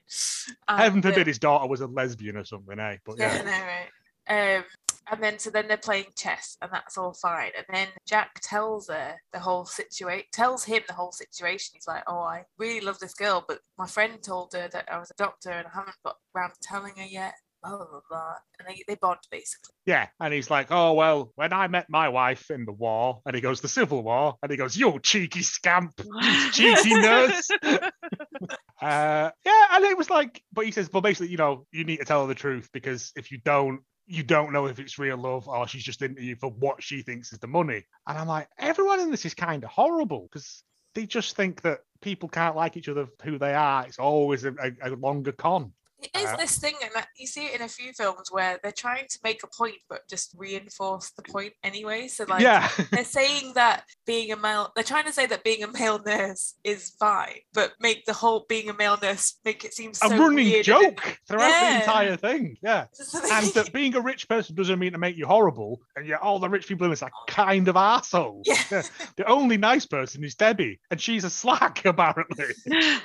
D: Um,
B: Heaven
D: but-
B: forbid his daughter was a lesbian or something, eh? But
D: Yeah,
B: yeah.
D: I know, right? Um, and then so then they're playing chess, and that's all fine. And then Jack tells her the whole situation, tells him the whole situation. He's like, "Oh, I really love this girl, but my friend told her that I was a doctor, and I haven't got around to telling her yet." Blah blah blah. blah. And they, they bond basically.
B: Yeah. And he's like, oh, well, when I met my wife in the war, and he goes, the Civil War, and he goes, you cheeky scamp, you cheeky nurse. uh, yeah. And it was like, but he says, well, basically, you know, you need to tell her the truth because if you don't, you don't know if it's real love or she's just into you for what she thinks is the money. And I'm like, everyone in this is kind of horrible because they just think that people can't like each other for who they are. It's always a, a, a longer con.
D: It is
B: Uh,
D: this thing, and that- you see it in a few films where they're trying to make a point, but just reinforce the point anyway. So like,
B: yeah.
D: they're saying that being a male they're trying to say that being a male nurse is fine but make the whole being a male nurse make it seem
B: a
D: so
B: running
D: weird and-
B: joke throughout the
D: Yeah.
B: entire thing. Yeah.
D: So
B: And
D: they-
B: that being a rich person doesn't mean to make you horrible, and yet all the rich people in this are kind of assholes.
D: yeah.
B: The only nice person is Debbie, and she's a slack, apparently.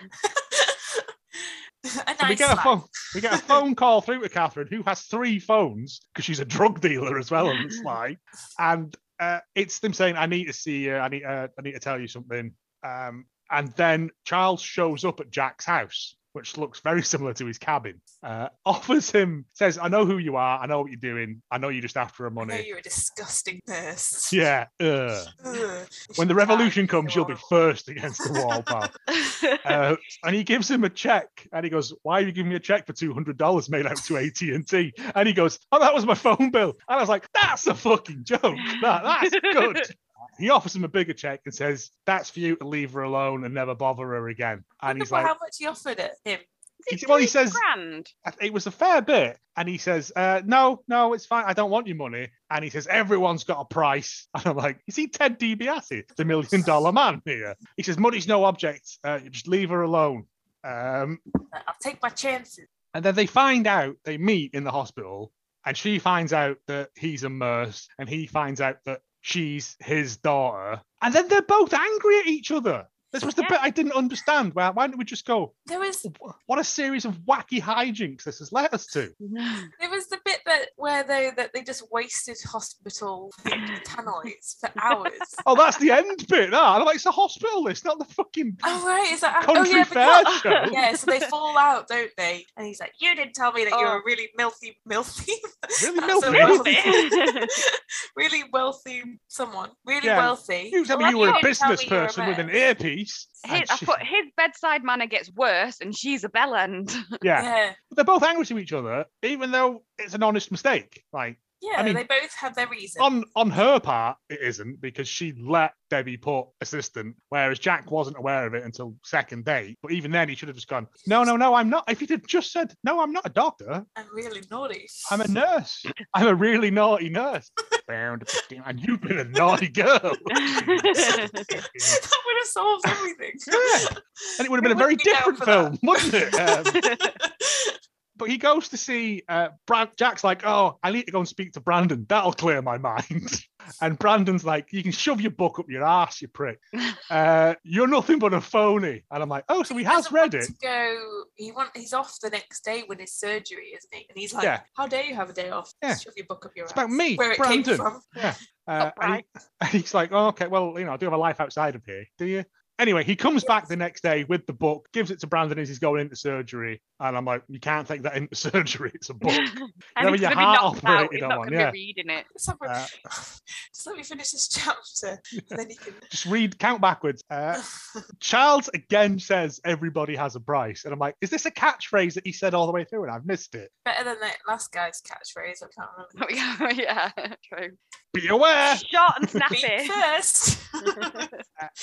D: a
B: And we
D: nice
B: get a
D: laugh.
B: phone we get a phone call through to Catherine, who has three phones, because she's a drug dealer as well on the slide. And uh, it's them saying, I need to see you, I need uh, I need to tell you something. Um, and then Charles shows up at Jack's house, which looks very similar to his cabin. Uh, offers him, says, I know who you are, I know what you're doing, I know you're just after her
D: I know
B: money.
D: you're a disgusting nurse
B: Yeah. ugh.
D: Ugh, you
B: When
D: should
B: the
D: die.
B: revolution comes,
D: You're
B: you'll be
D: horrible.
B: first against the wall, pal uh, and he gives him a check and he goes why are you giving me a check for $200 made out to at&t and he goes oh that was my phone bill and i was like that's a fucking joke that, that's good he offers him a bigger check and says that's for you to leave her alone and never bother her again and
D: Wonder
B: he's like
D: how much he offered it him
B: he- well he says
C: grand.
B: it was a fair bit and he says uh, no no it's fine i don't want your money and he says everyone's got a price and i'm like is he ted DiBiase, the million dollar man here he says money's no object uh, just leave her alone um,
D: Like, I'll take my chances
B: and then they find out they meet in the hospital, and she finds out that he's a nurse, and he finds out that she's his daughter. And then they're both angry at each other. This was the
C: Yeah.
B: bit I didn't understand. Why, why didn't we just go,
D: There was
B: what a series of wacky hijinks this has led us to?
D: there was the bit that where they that they just wasted hospital cannabis for hours.
B: Oh, that's the end bit. That. I'm like, it's a hospital list, not the fucking
D: Oh right, is that? oh
B: country
D: yeah,
B: fair
D: because,
B: show.
D: yeah. So they fall out, don't they? And he's like, "You didn't tell me that you were
C: Oh.
D: a really milthy, milthy,
B: Really
D: That's
B: milky.
D: a really
B: Really?
D: big-
C: Yeah.
D: really wealthy someone, really
B: Yeah.
D: wealthy."
B: You tell me
C: Well,
B: you
C: I
B: were a
D: didn't tell
B: business
D: you were a
B: person with an
D: man.
B: earpiece.
C: his,
B: And
C: I
B: she-
C: put, his bedside manner gets worse, and she's a bellend.
B: yeah.
D: Yeah,
B: But they're both angry to each other, even though it's an honest mistake. Like
D: yeah.
B: I mean,
D: they both have their reason.
B: on on her part, it isn't because she let Debbie put assistant, whereas Jack wasn't aware of it until second date. But even then, he should have just gone, no, no, no, I'm not. If he'd have just said, no, I'm not a doctor,
D: I'm really naughty.
B: I'm a nurse. I'm a really naughty nurse. and you've been a naughty girl.
D: that would have solved everything.
B: Yeah. And it would have been a
D: It
B: very
D: wouldn't be down
B: different
D: for
B: film,
D: that.
B: wouldn't it? Um, but he goes to see uh, Brad. Jack's like, "Oh, I need to go and speak to Brandon. That'll clear my mind." And Brandon's like, "You can shove your book up your ass, you prick. Uh, you're nothing but a phony." And I'm like, "Oh, so he has
D: doesn't
B: read
D: want
B: it."
D: To go, he want, he's off the next day with his surgery, isn't he? And he's like,
B: Yeah.
D: "How dare you have a day off?
B: Yeah.
D: Shove your book up your
B: It's
D: ass."
B: about me,
D: Where it
B: Brandon.
D: came from.
B: Uh, and, he- and he's like, "Oh, okay. Well, you know, I do have a life outside of here. Do you?" Anyway, he comes back the next day with the book, gives it to Brandon as he's going into surgery, and I'm like, "You can't take that into surgery. It's a book."
C: and
B: when
C: it's
B: your
C: gonna be
B: heart
C: knocked out.
B: operated
C: He's not
B: on,
C: going to
B: yeah.
C: be reading it.
D: Just have a-
B: Uh,
D: just let me finish this chapter, and then you can.
B: Just read, count backwards. Uh, Charles again says everybody has a price. And I'm like, is this a catchphrase that he said all the way through and I've missed it?
D: Better than that last guy's catchphrase. I can't remember.
C: yeah, true.
B: Be aware.
C: Short and
D: Beat
C: snappy.
D: first.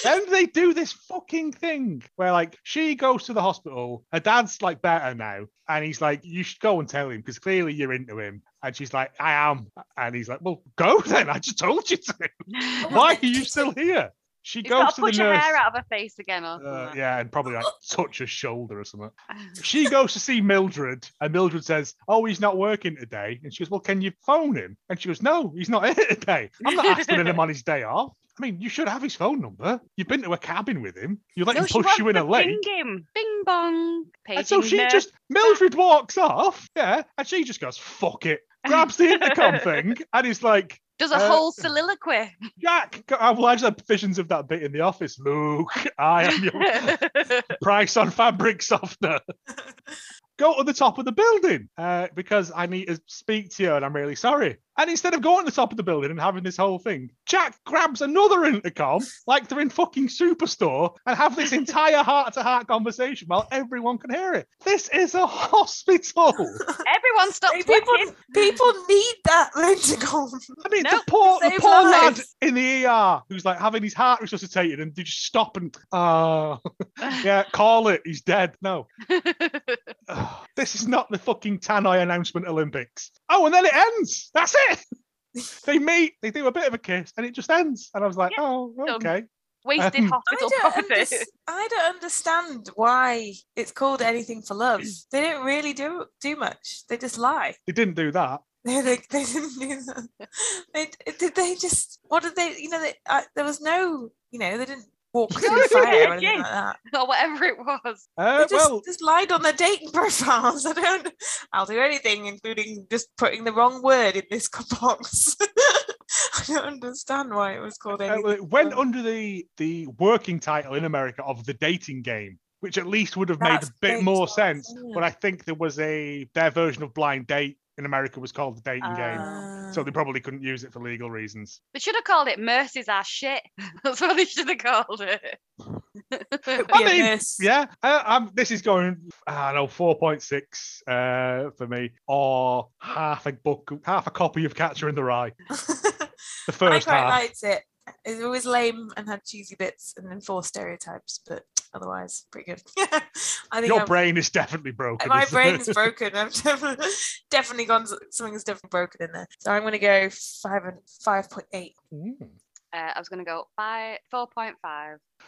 B: Then they do this fucking thing where like she goes to the hospital. Her dad's like better now. And he's like, you should go and tell him because clearly you're into him. And she's like, I am. And he's like, well, go then. I just told you to. Why are you still here? She
C: He's got
B: goes
C: to
B: to the
C: push her
B: nurse.
C: hair out of her face again or
B: Uh,
C: something.
B: yeah, and probably like touch her shoulder or something. she goes to see Mildred, and Mildred says, "Oh, he's not working today." And she goes, "Well, can you phone him?" And she goes, "No, he's not here today. I'm not asking him on his day off. I mean, you should have his phone number. You've been to a cabin with him. You let
C: No,
B: him
C: she
B: push
C: wants
B: you in a
C: to
B: lake."
C: Bing him. Bing bong.
B: And so
C: Paging
B: she
C: nurse.
B: just Mildred walks off, yeah, and she just goes, "Fuck it." Grabs the intercom thing and is like,
C: does a
B: uh,
C: whole soliloquy.
B: Jack, I well, I just had visions of that bit in the office. Luke, I am your price on fabric softener. Go to the top of the building uh, because I need to speak to you and I'm really sorry. And instead of going to the top of the building and having this whole thing, Jack grabs another intercom like they're in fucking Superstore and have this entire heart to heart conversation while everyone can hear it. This is a hospital.
C: Everyone stop
D: Hey,
C: talking.
D: people, people need that Lindagon.
B: I mean,
C: No,
B: the poor, the
D: save
B: poor lad
D: lives.
B: in the ER who's like having his heart resuscitated and they just stop and, oh, yeah, call it. He's dead. No. Ugh, this is not the fucking Tannoy announcement Olympics. Oh, and then it ends. That's it. they meet, they do a bit of a kiss, and it just ends. And I was like,
C: Yeah,
B: oh,
C: done.
B: okay.
C: Wasted
B: Um,
D: I
C: hospital
D: don't,
C: property.
D: unders- I don't understand why it's called anything for love. They don't really do do much. They just lie.
B: They didn't do that.
D: They, they, they didn't do that. They, did they just? What did they? You know, they, I, there was no. You know, they didn't walk through fire or anything like that.
C: or whatever it was.
B: Uh,
D: They just,
B: well,
D: just lied on their dating profiles. I don't. I'll do anything, including just putting the wrong word in this box. I don't understand why it was called
B: uh,
D: anything.
B: well, it went under the the working title in America of the dating game, which at least would have made a
D: That's
B: bit
D: big
B: more
D: time,
B: sense.
D: yeah.
B: But I think there was a their version of blind date in America was called the dating
D: Ah.
B: game. So they probably couldn't use it for legal reasons.
C: They should have called it Mercy's Our Shit. That's what they should have called it. Uh,
B: I
D: Yeah,
B: mean,
D: nurse.
B: Yeah, uh, I'm, this is going. I know four point six uh, for me, or half a book, half a copy of Catcher in the Rye. The
D: I
B: first
D: quite
B: half.
D: liked it. It was always lame and had cheesy bits and enforced stereotypes, but otherwise pretty good. I think
B: Your
D: I'm-
B: brain is definitely broken.
D: um, my
B: isn't
D: brain's
B: it?
D: broken. I've definitely, definitely gone. Something's definitely broken in there. So I'm going to go five and five point eight.
B: Mm.
C: Uh, I was going to go by 4.5.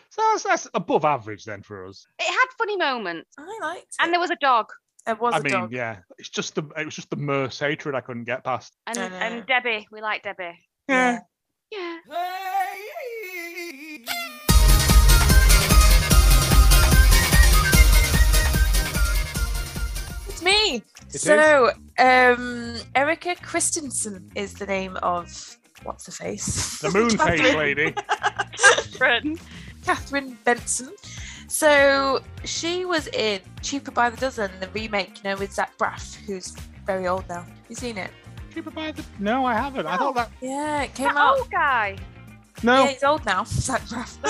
B: So that's, that's above average then for us.
C: It had funny moments.
D: I liked.
C: And
D: it.
C: there was a dog.
D: there was
B: I
D: a
B: mean,
D: dog.
B: yeah, it's just the it was just the merce hatred I couldn't get past.
C: And,
D: No, no, no.
C: and Debbie. We like Debbie.
D: Yeah.
C: Yeah.
B: It
D: so, um, Erica Christensen is the name of what's her face?
B: The moon face
D: Catherine-
B: lady.
C: Friend.
D: Catherine Benson. So she was in Cheaper by the Dozen, the remake, you know, with Zach Braff, who's very old now. You seen it?
B: Cheaper by the- No, I haven't. I thought that.
D: Yeah, it came
C: That
D: out.
C: old guy.
B: No.
D: Yeah, he's old now, Zach Braff.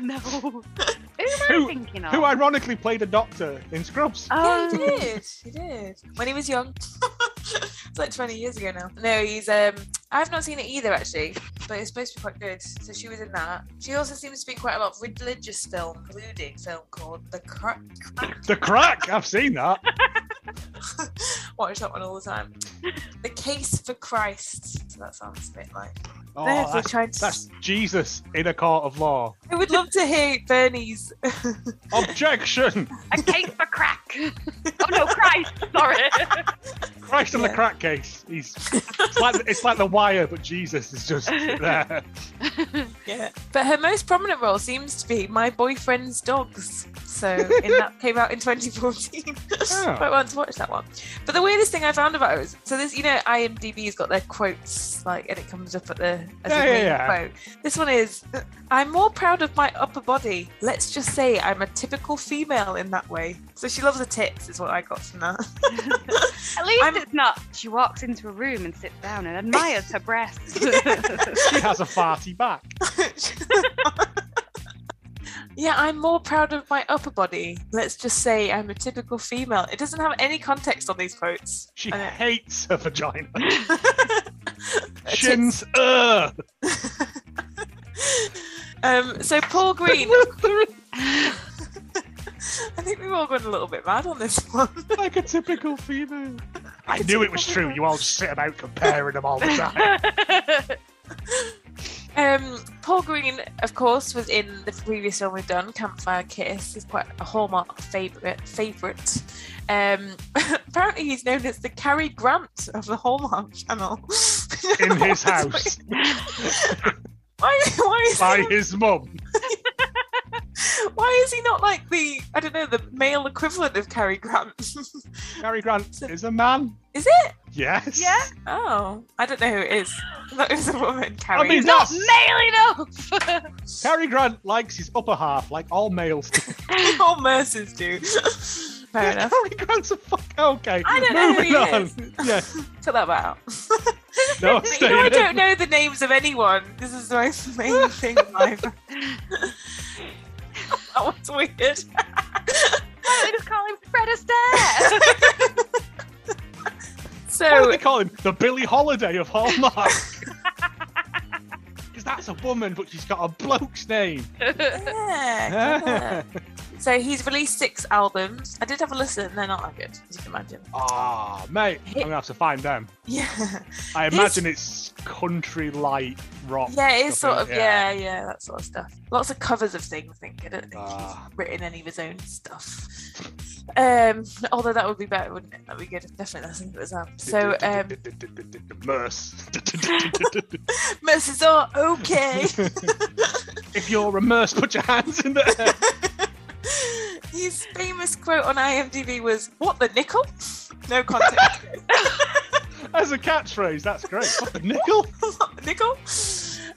C: no. Who am I
B: Who-
C: thinking of?
B: Who ironically played a doctor in Scrubs.
D: yeah,
C: Oh,
D: he did. He did when he was young. it's like 20 years ago now. No, he's um. I've not seen it either actually, but it's supposed to be quite good. So she was in that. She also seems to be quite a lot of religious film, including film called The Crack.
B: The crack. I've seen that.
D: Watch that one all the time. the Case for Christ. So that sounds a bit like.
B: Oh,
D: They're
B: that's,
D: trying to-
B: that's Jesus in a court of law.
D: I would love to hear Bernie's.
B: Objection.
C: a cake for crack. oh no, Christ. Sorry.
B: Christ in the
D: Yeah.
B: crack case. He's it's like it's like the wire, but Jesus is just there.
D: yeah. But her most prominent role seems to be My Boyfriend's Dogs. So in that came out in 2014.
B: Oh.
D: quite want to watch that one. But the weirdest thing I found about it was so this, you know, IMDb's got their quotes like, and it comes up at the as
B: Yeah,
D: a
B: yeah,
D: main
B: yeah.
D: quote. This one is, "I'm more proud of my upper body. Let's just say I'm a typical female in that way." So she loves her tits, is what I got from that.
C: At least
D: I'm-
C: it's not. She walks into a room and sits down and admires her breasts.
B: She has a farty back.
D: yeah, I'm more proud of my upper body. Let's just say I'm a typical female. It doesn't have any context on these quotes.
B: She
D: I know.
B: hates her vagina.
D: Her tits-
B: Shins. Uh.
D: um, so Paul Green.
C: That's
D: I think we've all gone a little bit mad on this one.
B: like a typical female. I knew it was true. You all sit about comparing them all the time.
D: Um, Paul Green, of course, was in the previous film we've done, Campfire Kiss. He's quite a hallmark favorite. Favorite. Um, apparently, he's known as the Cary Grant of the Hallmark Channel.
B: In his house
D: Why, why, is
B: by
D: he,
B: his mum.
D: why is he not like the I don't know the male equivalent of Cary Grant?
B: Gary Grant is a man.
D: is it?
B: Yes.
C: Yeah.
D: Oh, I don't know who it is. That is a woman. Cary.
B: I mean,
C: not
B: that's
C: male enough.
B: Cary Grant likes his upper half, like all males. do.
D: all Mercers do. Fair enough.
B: Cary Grant's a fuck. Okay.
D: I don't know who
B: Moving
D: he
B: on.
D: is.
B: Yeah.
D: Cut that bit out.
B: No, I'm
D: You know, I
B: staying in.
D: don't know the names of anyone. This is my main thing in life. that was weird.
C: Why don't we just call him Fred Astaire?
B: What do
D: So,
B: they call him? The Billy Holiday of Hallmark. Because that's a woman, but she's got a bloke's name.
D: yeah, yeah.
B: Ah,
D: so he's released six albums. I did have a listen. They're not that good, as you can imagine.
B: mate, I'm gonna have to find them.
D: Yeah,
B: I
D: He's-
B: imagine it's country light rock.
D: yeah, it is
B: stuff,
D: sort of
B: isn't it?
D: yeah. yeah, that sort of stuff. Lots of covers of things. I think I don't think
B: Ah.
D: he's written any of his own stuff. Um, although that would be better, wouldn't it? That'd be good. Definitely, I think it was that. So, um,
B: Merce.
D: Mercers are okay.
B: if you're a merce, put your hands in the air.
D: His famous quote on IMDb was, "What the nickel?" No context.
B: As a catchphrase, that's great. What the nickel?
D: what the nickel?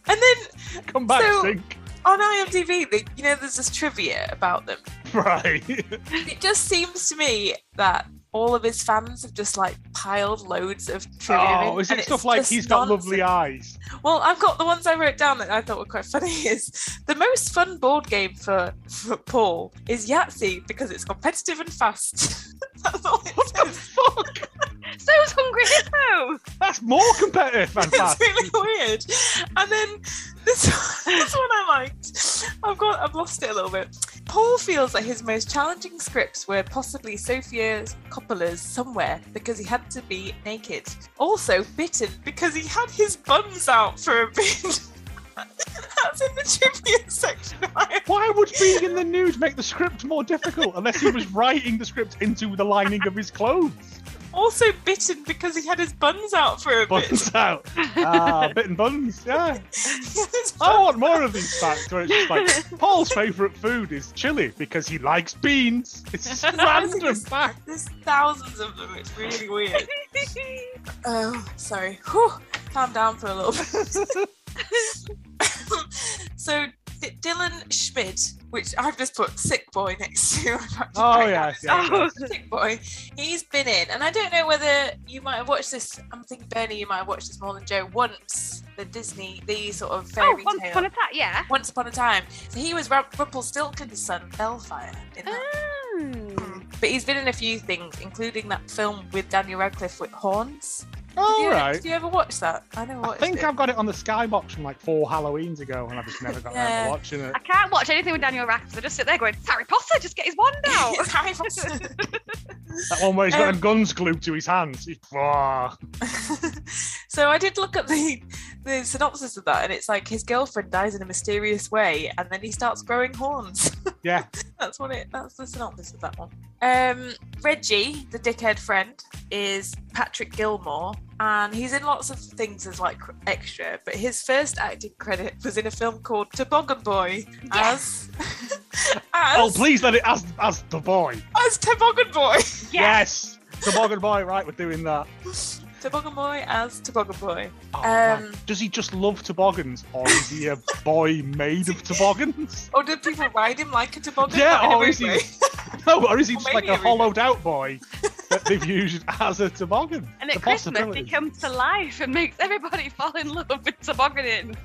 D: And then
B: Come back,
D: So-
B: think.
D: on IMDb, they, you know, there's this trivia about them.
B: Right.
D: It just seems to me that all of his fans have just like piled loads of trivia.
B: Oh,
D: in,
B: is
D: and
B: it
D: it's
B: stuff like
D: just
B: he's got
D: nonsense.
B: lovely eyes?
D: Well, I've got the ones I wrote down that I thought were quite funny. Is the most fun board game for, for Paul is Yahtzee because it's competitive and fast. That's all it says.
B: Fuck!
C: So's hungry hippo.
B: That's more competitive and
D: it's
B: fast.
D: really weird. And then this, this one I liked. I've got I've lost it a little bit. Paul feels that his most challenging scripts were possibly Sofia Coppola's Somewhere because he had to be naked. Also bitten because he had his buns out for a bit. That's in the trivia section.
B: Why would being in the nude make the script more difficult unless he was writing the script into the lining of his clothes?
D: Also bitten because he had his buns out for a bit.
B: Buns out. Ah, bitten buns, yeah. I want more of these facts where it's just like Paul's favourite food is chili because he likes beans. It's just random fact.
D: There's thousands of them. It's really weird. Oh, sorry. Whew, calm down for a little bit. so, D- Dylan Schmid, which I've just put sick boy next to.
B: Oh yeah, yeah. yeah.
C: Oh,
D: Sick boy. He's been in, and I don't know whether you might have watched this. I'm thinking Bernie, you might have watched this more than Joe once. The Disney, the sort of fairy
C: Oh, once
D: tale.
C: upon a time, yeah.
D: once upon a time. So he was Ra- Rumpelstiltskin's son, Bellfire. In
C: Ah.
D: that.
C: Oh.
D: But he's been in a few things, including that film with Daniel Radcliffe with horns.
B: All
D: Did you,
B: right.
D: Did you ever watch that? I never
B: I
D: watched
B: think
D: it.
B: I've got it on the Skybox from like four Halloweens ago, and I just never got around
D: Yeah.
B: to watching it.
C: I can't watch anything with Daniel Radcliffe. I just sit there going, "It's Harry Potter, just get his wand out.
D: It's Harry Potter.
B: That one where he's got
D: Um,
B: them guns glued to his hands. He- Ah.
D: so I did look at the the synopsis of that, and it's like his girlfriend dies in a mysterious way, and then he starts growing horns.
B: Yeah.
D: that's what it. That's the synopsis of that one. Um, Reggie, the dickhead friend, is Patrick Gilmore, and he's in lots of things as like extra. But his first acting credit was in a film called Toboggan Boy
C: Yes.
D: as as,
B: Oh, please let it as as the boy.
D: as Toboggan Boy.
B: Yes. Toboggan boy, right? We're doing that.
D: Toboggan Boy as Toboggan Boy.
B: Oh, man.
D: Um,
B: Does he just love toboggans, or is he a boy made of toboggans?
D: Or do people ride him like a toboggan?
B: Yeah,
D: Not in a
B: or is he-
D: movie.
B: No, or is he just
D: Or
B: like
D: maybe
B: a
D: a reason.
B: hollowed out boy that they've used as a toboggan?
C: And at
B: The
C: Christmas, he
B: possibility.
C: comes to life and makes everybody fall in love with tobogganing.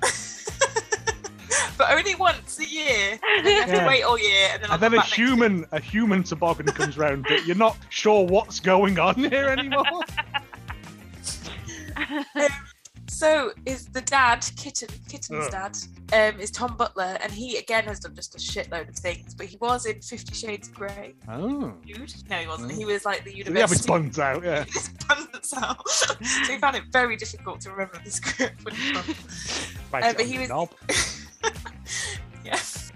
D: but only once a year. And then you have
B: Yeah.
D: to wait all year, and then, I'll
B: And then
D: come
B: a
D: back next year.
B: human, a human toboggan comes round, but you're not sure what's going on here anymore.
D: So is the dad, Kitten, Kitten's
B: Ugh.
D: dad, um, is Tom Butler, and he again has done just a shitload of things. But he was in Fifty Shades of Grey.
B: Oh,
D: Dude, no, he wasn't.
B: Mm.
D: He was like the
B: did he have his
D: university.
B: buns out? Yeah.
D: his buns out. so he found it very difficult to remember the script when he was
B: Right,
D: Uh, but
B: on
D: he
B: the
D: was-
B: knob.
D: yes,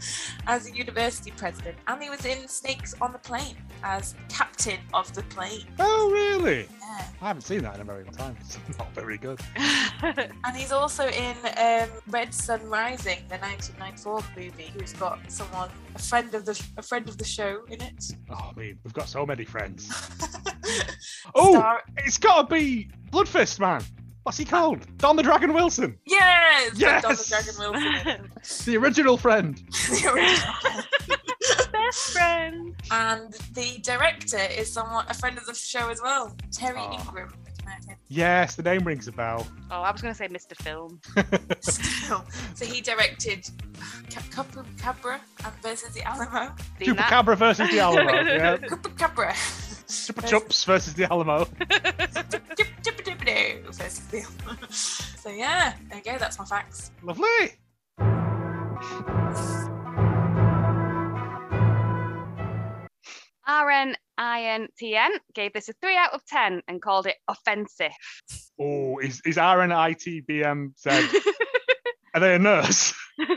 D: as a university president, and he was in Snakes on the Plane as captain of the plane.
B: Oh, really?
D: Yeah.
B: I haven't seen that in a very long time. It's not very good.
D: And he's also in um, Red Sun Rising, the 1994 movie, who's got someone, a friend of the a friend of the show in it.
B: Oh, I mean, we've got so many friends. Oh,
D: Star-
B: it's got to be Bloodfist Man. What's he called? Don the Dragon Wilson,
D: yes,
B: Yes!
D: Donald Dragon Wilson, in it.
B: the original friend.
D: The original.
C: Best friend.
D: and the director is someone, a friend of the show as well, Terry
B: Ah.
D: Ingram. I don't know
B: Yes, the name rings a bell.
C: Oh, I was going to say Mr. Film.
D: his name. so he directed Cabra and versus the Alamo.
C: Seen that?
B: Chupacabra versus the Alamo. yeah.
D: Cabra.
B: Chupa Chups versus the Alamo.
D: versus the Alamo. So yeah, there you go. That's my facts.
B: Lovely.
C: RNINTN gave this a 3 out of 10 and called it offensive.
B: Oh, is, is RNITBM said, are they a nurse?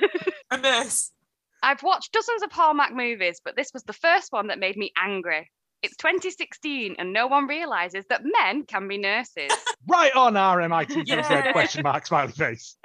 D: a nurse.
C: I've watched dozens of Hallmark movies, but this was the first one that made me angry. It's 2016 and no one realizes that men can be nurses.
B: Right on RMITBM said,
D: Yeah.
B: question mark, smiley face.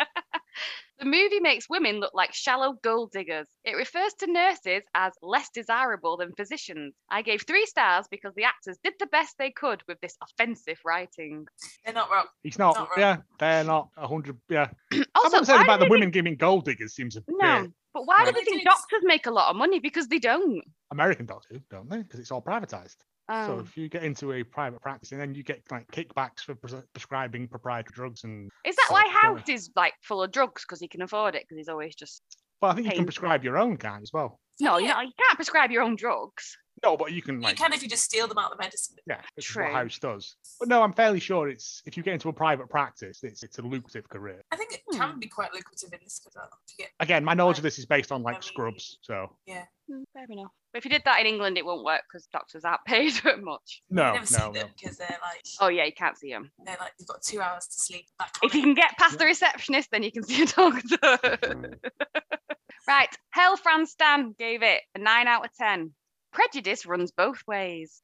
C: The movie makes women look like shallow gold diggers. It refers to nurses as less desirable than physicians. I gave three stars because the actors did the best they could with this offensive writing.
D: They're not wrong.
B: He's not,
D: Not right.
B: yeah, they're not 100, yeah. I
C: Also,
B: wasn't saying
C: why
B: about
C: do
B: the
C: they
B: women giving gold diggers seems a
C: think-
B: bit.
C: No, but why do
B: Right.
C: they think
D: They do-
C: doctors make a lot of money? Because they don't.
B: American doctors, don't they? Because it's all privatized. So
C: Oh.
B: if you get into a private practice and then you get like kickbacks for pres- prescribing proprietary drugs and
C: Is that
B: so
C: why
B: it's kinda-
C: House is like full of drugs because he can afford it? Because he's always just
B: well, I think you can
C: Painful.
B: prescribe your own kind as well.
C: no, you
D: Yeah.
C: know, you can't prescribe your own drugs.
B: No, but you can
D: You
B: like
D: can if you just steal them out of the medicine.
B: yeah, which is
C: True.
B: what House does. But no, I'm fairly sure it's if you get into a private practice, it's it's a lucrative career.
D: I think it can be quite lucrative in this because if you get
B: Again, my knowledge of
D: Right.
B: this is based on like
D: mean-
B: Scrubs, so
C: Mm, Fair enough. But if you did that in England, it won't work because doctors aren't paid much.
B: no, Oh,
D: you never
B: no,
D: see
B: no.
D: them because they're like
C: Oh yeah, you can't see them.
D: they're like you've got two hours to sleep. That
C: If you
D: kind
C: can get past the receptionist, then you can see a doctor. right. Hell Fran Stan gave it a nine out of ten. Prejudice runs both ways.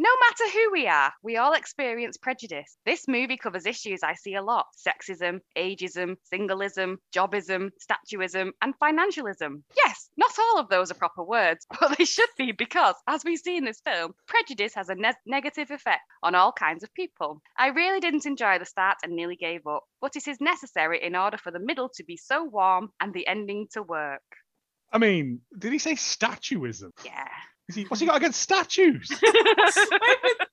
C: No matter who we are, we all experience prejudice. This movie covers issues I see a lot sexism, ageism, singleism, jobism, statuism, and financialism. Yes, not all of those are proper words, but they should be because, as we see in this film, prejudice has a ne- negative effect on all kinds of people. I really didn't enjoy the start and nearly gave up, but it is necessary in order for the middle to be so warm and the ending to work.
B: I mean, did he say statuism?
C: Yeah.
B: Is he, what's he got against statues?
D: where, were,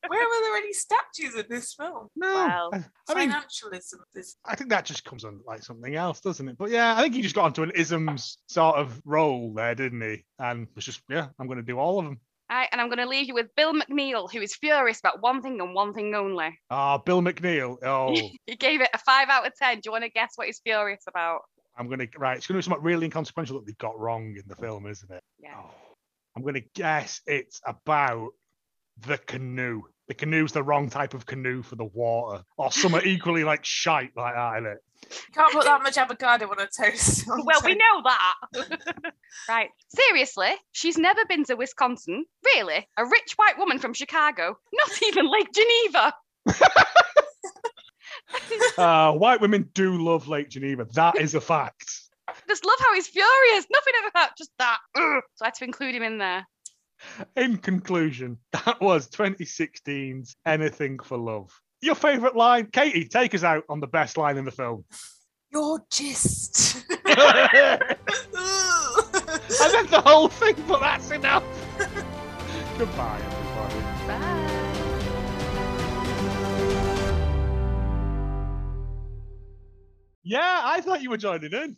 D: where were there any statues in this film?
B: No.
C: Well,
B: I, I mean,
D: Financialism is
B: I think that just comes on like something else, doesn't it? But yeah, I think he just got onto an isms sort of role there, didn't he? And was just, yeah, I'm going to do all of them.
C: Right, and I'm going to leave you with Bill McNeil, who is furious about one thing and one thing only.
B: Ah, Bill McNeil. Oh,
C: He gave it a five out of ten. Do you want to guess what he's furious about?
B: I'm going to, right, it's going to be something really inconsequential that they got wrong in the film, isn't it?
C: Yeah.
B: Oh, I'm going to guess it's about the canoe. The canoe's the wrong type of canoe for the water, or some are equally like shite like that in it.
D: you can't put that much avocado on a toast. on
C: Well, we
D: toast.
C: know that. right. Seriously, she's never been to Wisconsin. Really? A rich white woman from Chicago? Not even Lake Geneva.
B: Uh, white women do love Lake Geneva. That is a fact.
C: Just love how he's furious. Nothing about just that. Ugh. So I had to include him in there.
B: In conclusion, that was 2016's Anything for Love. Your favourite line, Katie, take us out on the best line in the film.
D: Your gist.
B: I
D: Ugh.
B: meant the whole thing, but that's enough. Goodbye, everybody.
C: Bye.
B: Yeah, I thought you were joining in.